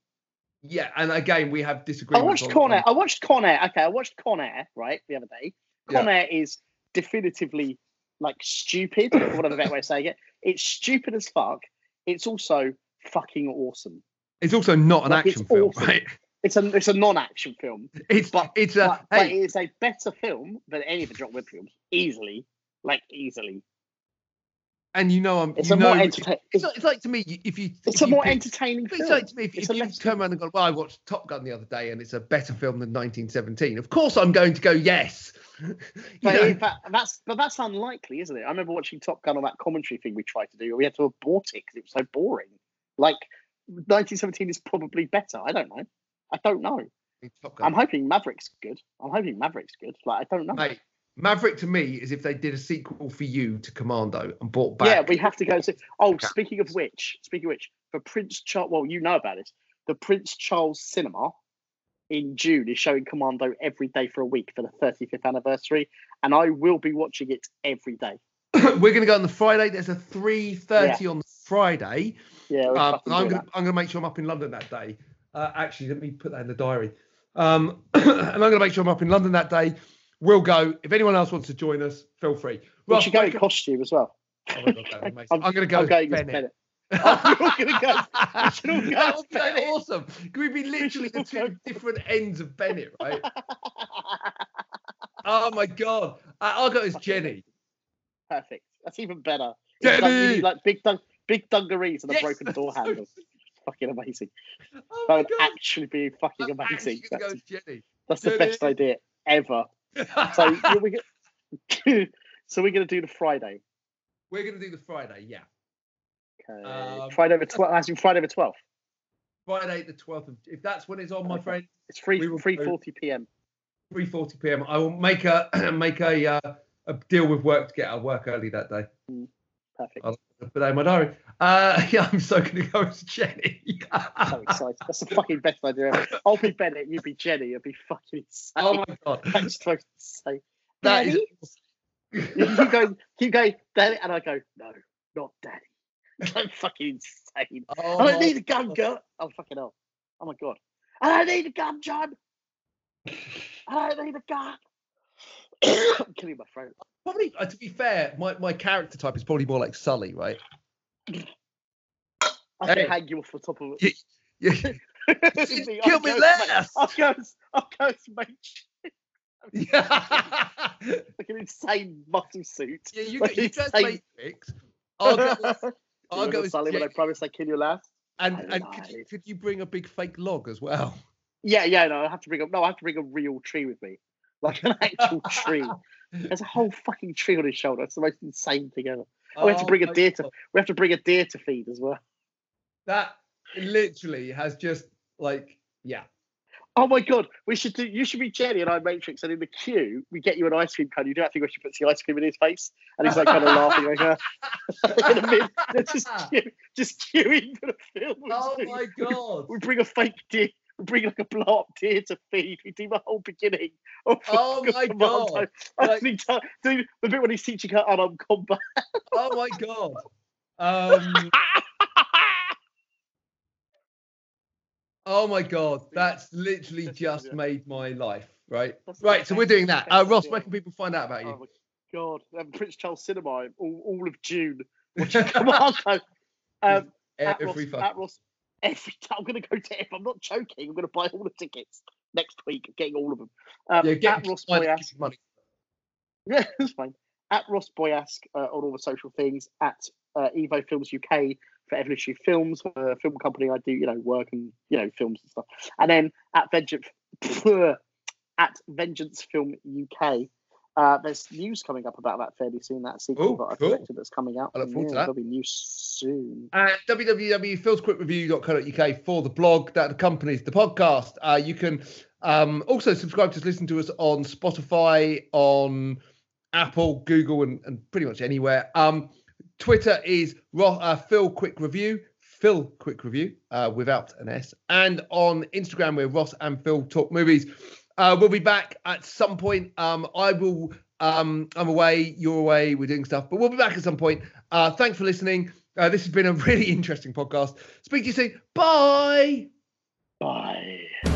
Speaker 1: yeah, and again we have
Speaker 2: I
Speaker 1: disagreements.
Speaker 2: watched
Speaker 1: on-
Speaker 2: Con Air.
Speaker 1: on-
Speaker 2: I watched Con Air. Okay, I watched Con Air right the other day. Con
Speaker 1: Yeah.
Speaker 2: Air is definitively like stupid. for Whatever that way of saying it. It's stupid as fuck. It's also fucking awesome.
Speaker 1: It's also not an
Speaker 2: Like, it's
Speaker 1: action film,
Speaker 2: awful.
Speaker 1: right?
Speaker 2: It's a it's a non-action film.
Speaker 1: It's
Speaker 2: But-
Speaker 1: it's a
Speaker 2: but, but
Speaker 1: hey,
Speaker 2: it is a better film than any of the John Wick films, easily. Like easily,
Speaker 1: and you know I'm.
Speaker 2: it's
Speaker 1: you
Speaker 2: a
Speaker 1: know,
Speaker 2: more entertaining.
Speaker 1: it's,
Speaker 2: It's,
Speaker 1: like, it's like to me you- if you.
Speaker 2: it's
Speaker 1: if
Speaker 2: a
Speaker 1: you
Speaker 2: more
Speaker 1: pick-
Speaker 2: entertaining
Speaker 1: It's
Speaker 2: film.
Speaker 1: like to me if, if
Speaker 2: It's a
Speaker 1: you
Speaker 2: less-
Speaker 1: turn around and go, well, I watched Top Gun the other day and it's a better film than 1917. Of course, I'm going to go yes. You
Speaker 2: But,
Speaker 1: know?
Speaker 2: in fact, that's but that's unlikely, isn't it? I remember watching Top Gun on that commentary thing we tried to do, and we had to abort it because it was so boring. Like 1917 is probably better. I don't know. I don't know.
Speaker 1: in Top Gun.
Speaker 2: I'm hoping Maverick's good. I'm hoping Maverick's good. Like I don't know.
Speaker 1: Mate, Maverick to me is if they did a sequel for you to Commando and brought back.
Speaker 2: yeah, we have to go. See- oh,
Speaker 1: Okay.
Speaker 2: speaking of which, speaking of which, the Prince Charles. Well, you know about this. The Prince Charles Cinema in June is showing Commando every day for a week for the 35th anniversary, and I will be watching it every day.
Speaker 1: we're gonna go on the Friday. There's a three thirty on the Friday.
Speaker 2: Yeah,
Speaker 1: Um,
Speaker 2: we're fucking
Speaker 1: and I'm
Speaker 2: doing
Speaker 1: gonna
Speaker 2: that.
Speaker 1: I'm gonna make sure I'm up in London that day. Uh, actually, let me put that in the diary. Um, and I'm gonna make sure I'm up in London that day. We'll go. If anyone else wants to join us, feel free.
Speaker 2: we
Speaker 1: Ross,
Speaker 2: should go in
Speaker 1: where can-
Speaker 2: costume as well.
Speaker 1: Oh my God, that would be amazing. I'm gonna go.
Speaker 2: I'm
Speaker 1: with
Speaker 2: going
Speaker 1: Bennett.
Speaker 2: with Bennett. Oh, you're all gonna go. We should all go
Speaker 1: That would
Speaker 2: with Bennett.
Speaker 1: be awesome. Could we be literally the
Speaker 2: should all
Speaker 1: two different ends of Bennett, right? oh my god. I, I'll go as Jenny.
Speaker 2: Perfect. That's even better.
Speaker 1: Get
Speaker 2: It's like, you
Speaker 1: it.
Speaker 2: need, like big dun- big dungarees and a
Speaker 1: Yes,
Speaker 2: broken door
Speaker 1: that's so-
Speaker 2: handle. fucking amazing.
Speaker 1: Oh
Speaker 2: That
Speaker 1: my
Speaker 2: would
Speaker 1: god.
Speaker 2: actually be
Speaker 1: I'm
Speaker 2: fucking amazing.
Speaker 1: actually gonna
Speaker 2: That's,
Speaker 1: go as Jenny.
Speaker 2: that's the
Speaker 1: Jenny.
Speaker 2: best idea ever. So yeah, we go- so we're gonna do the Friday.
Speaker 1: We're gonna do the Friday, yeah.
Speaker 2: Okay.
Speaker 1: Um,
Speaker 2: Friday the twelfth. Actually, Friday the twelfth.
Speaker 1: Friday the 12th of if that's when it's on, my
Speaker 2: Okay.
Speaker 1: friend,
Speaker 2: It's three
Speaker 1: We will
Speaker 2: three forty p.m.
Speaker 1: 3:40 p.m. I will make a make a uh, a deal with work to get out of work early that day.
Speaker 2: Perfect.
Speaker 1: I'll put that in my diary. Uh, yeah, I'm so gonna go as Jenny.
Speaker 2: So excited. That's the fucking best idea ever. I'll be Bennett. You be Jenny. It'll be fucking insane.
Speaker 1: oh my god.
Speaker 2: That's so insane.
Speaker 1: That is
Speaker 2: Daddy? you keep going, keep going, daddy, and I go, no, not daddy. I'm fucking insane.
Speaker 1: Oh,
Speaker 2: I
Speaker 1: my-
Speaker 2: don't need a gun, girl. Oh fucking hell. Oh my god. I don't need a gun, John. I don't need a gun. I'm killing my throat.
Speaker 1: probably uh, to be fair, my, my character type is probably more like Sully, right?
Speaker 2: I
Speaker 1: Hey.
Speaker 2: can hang you off the top of
Speaker 1: Yeah,
Speaker 2: it.
Speaker 1: Yeah.
Speaker 2: It'd be-
Speaker 1: Kill
Speaker 2: I'll
Speaker 1: me
Speaker 2: go as mate-
Speaker 1: last.
Speaker 2: I'll go, as- I'll go as mate,
Speaker 1: yeah,
Speaker 2: like an insane muscle suit.
Speaker 1: you
Speaker 2: Like
Speaker 1: get you
Speaker 2: he's
Speaker 1: just
Speaker 2: saying-
Speaker 1: Matrix. I'll go.
Speaker 2: You
Speaker 1: I'll
Speaker 2: know
Speaker 1: go
Speaker 2: the
Speaker 1: with
Speaker 2: Sully when I
Speaker 1: Jake.
Speaker 2: promise I kill you last.
Speaker 1: And
Speaker 2: I
Speaker 1: and could you,
Speaker 2: lied.
Speaker 1: could you bring a big fake log as well?
Speaker 2: Yeah, yeah, no, I have to bring up. No, I have to bring a real tree with me, like an actual tree. There's a whole fucking tree on his shoulder. It's the most insane thing ever. I have to bring a
Speaker 1: my
Speaker 2: deer to-
Speaker 1: God.
Speaker 2: We have to bring a deer to feed as well.
Speaker 1: That literally has just like yeah.
Speaker 2: Oh my god, we should do. You should be Jenny and I Matrix, and in the queue we get you an ice cream cone. You do actually wish you puts the ice cream in his face, and he's like kind of laughing like that. in a minute, they're just queue, just queuing for the film. We
Speaker 1: Oh
Speaker 2: do-
Speaker 1: my god.
Speaker 2: We bring a fake deer. We bring like a blow up deer to feed. We do the whole beginning. Of
Speaker 1: Oh my
Speaker 2: Commando.
Speaker 1: god.
Speaker 2: I
Speaker 1: Like-
Speaker 2: think so. Do the bit when he's teaching her unarmed combat.
Speaker 1: Oh my god. Um Oh my god, that's literally just made my life, right?
Speaker 2: That's
Speaker 1: Right, so we're doing that. Uh, Ross, where
Speaker 2: amazing.
Speaker 1: can people find out about
Speaker 2: Oh
Speaker 1: you?
Speaker 2: my god! And Prince Charles Cinema all, all of June. Come on, though. Um, at, Ross,
Speaker 1: Every fucking-
Speaker 2: at Ross, every time I'm going to go to. If I'm not joking, I'm going to buy all the tickets next week. I'm getting all of them. Um,
Speaker 1: yeah, get
Speaker 2: at Ross
Speaker 1: money,
Speaker 2: Boyask.
Speaker 1: give money.
Speaker 2: Yeah, that's fine. At Ross Boyask uh, on all the social things. At uh, Evo Films UK for Evolutionary Films, a film company I do, you know, work and you know, films and stuff. And then at Vengeance, at Vengeance Film UK. Uh, there's news coming up about that fairly soon. That sequel
Speaker 1: Ooh,
Speaker 2: that I
Speaker 1: cool.
Speaker 2: collected that's coming out.
Speaker 1: I look forward to that.
Speaker 2: There'll be news soon.
Speaker 1: at www.philsquipreview.co.uk for the blog that accompanies the podcast. Uh, you can um, also subscribe to us, listen to us on Spotify, on Apple, Google, and, and pretty much anywhere. Um, Twitter is Ro- uh, Phil Quick Review, Phil Quick Review uh, without an S, and on Instagram we're Ross and Phil Talk Movies. Uh, we'll be back at some point. Um, I will. Um, I'm away. You're away. We're doing stuff, but we'll be back at some point. Uh, thanks for listening. Uh, this has been a really interesting podcast. Speak to you soon. Bye.
Speaker 2: Bye.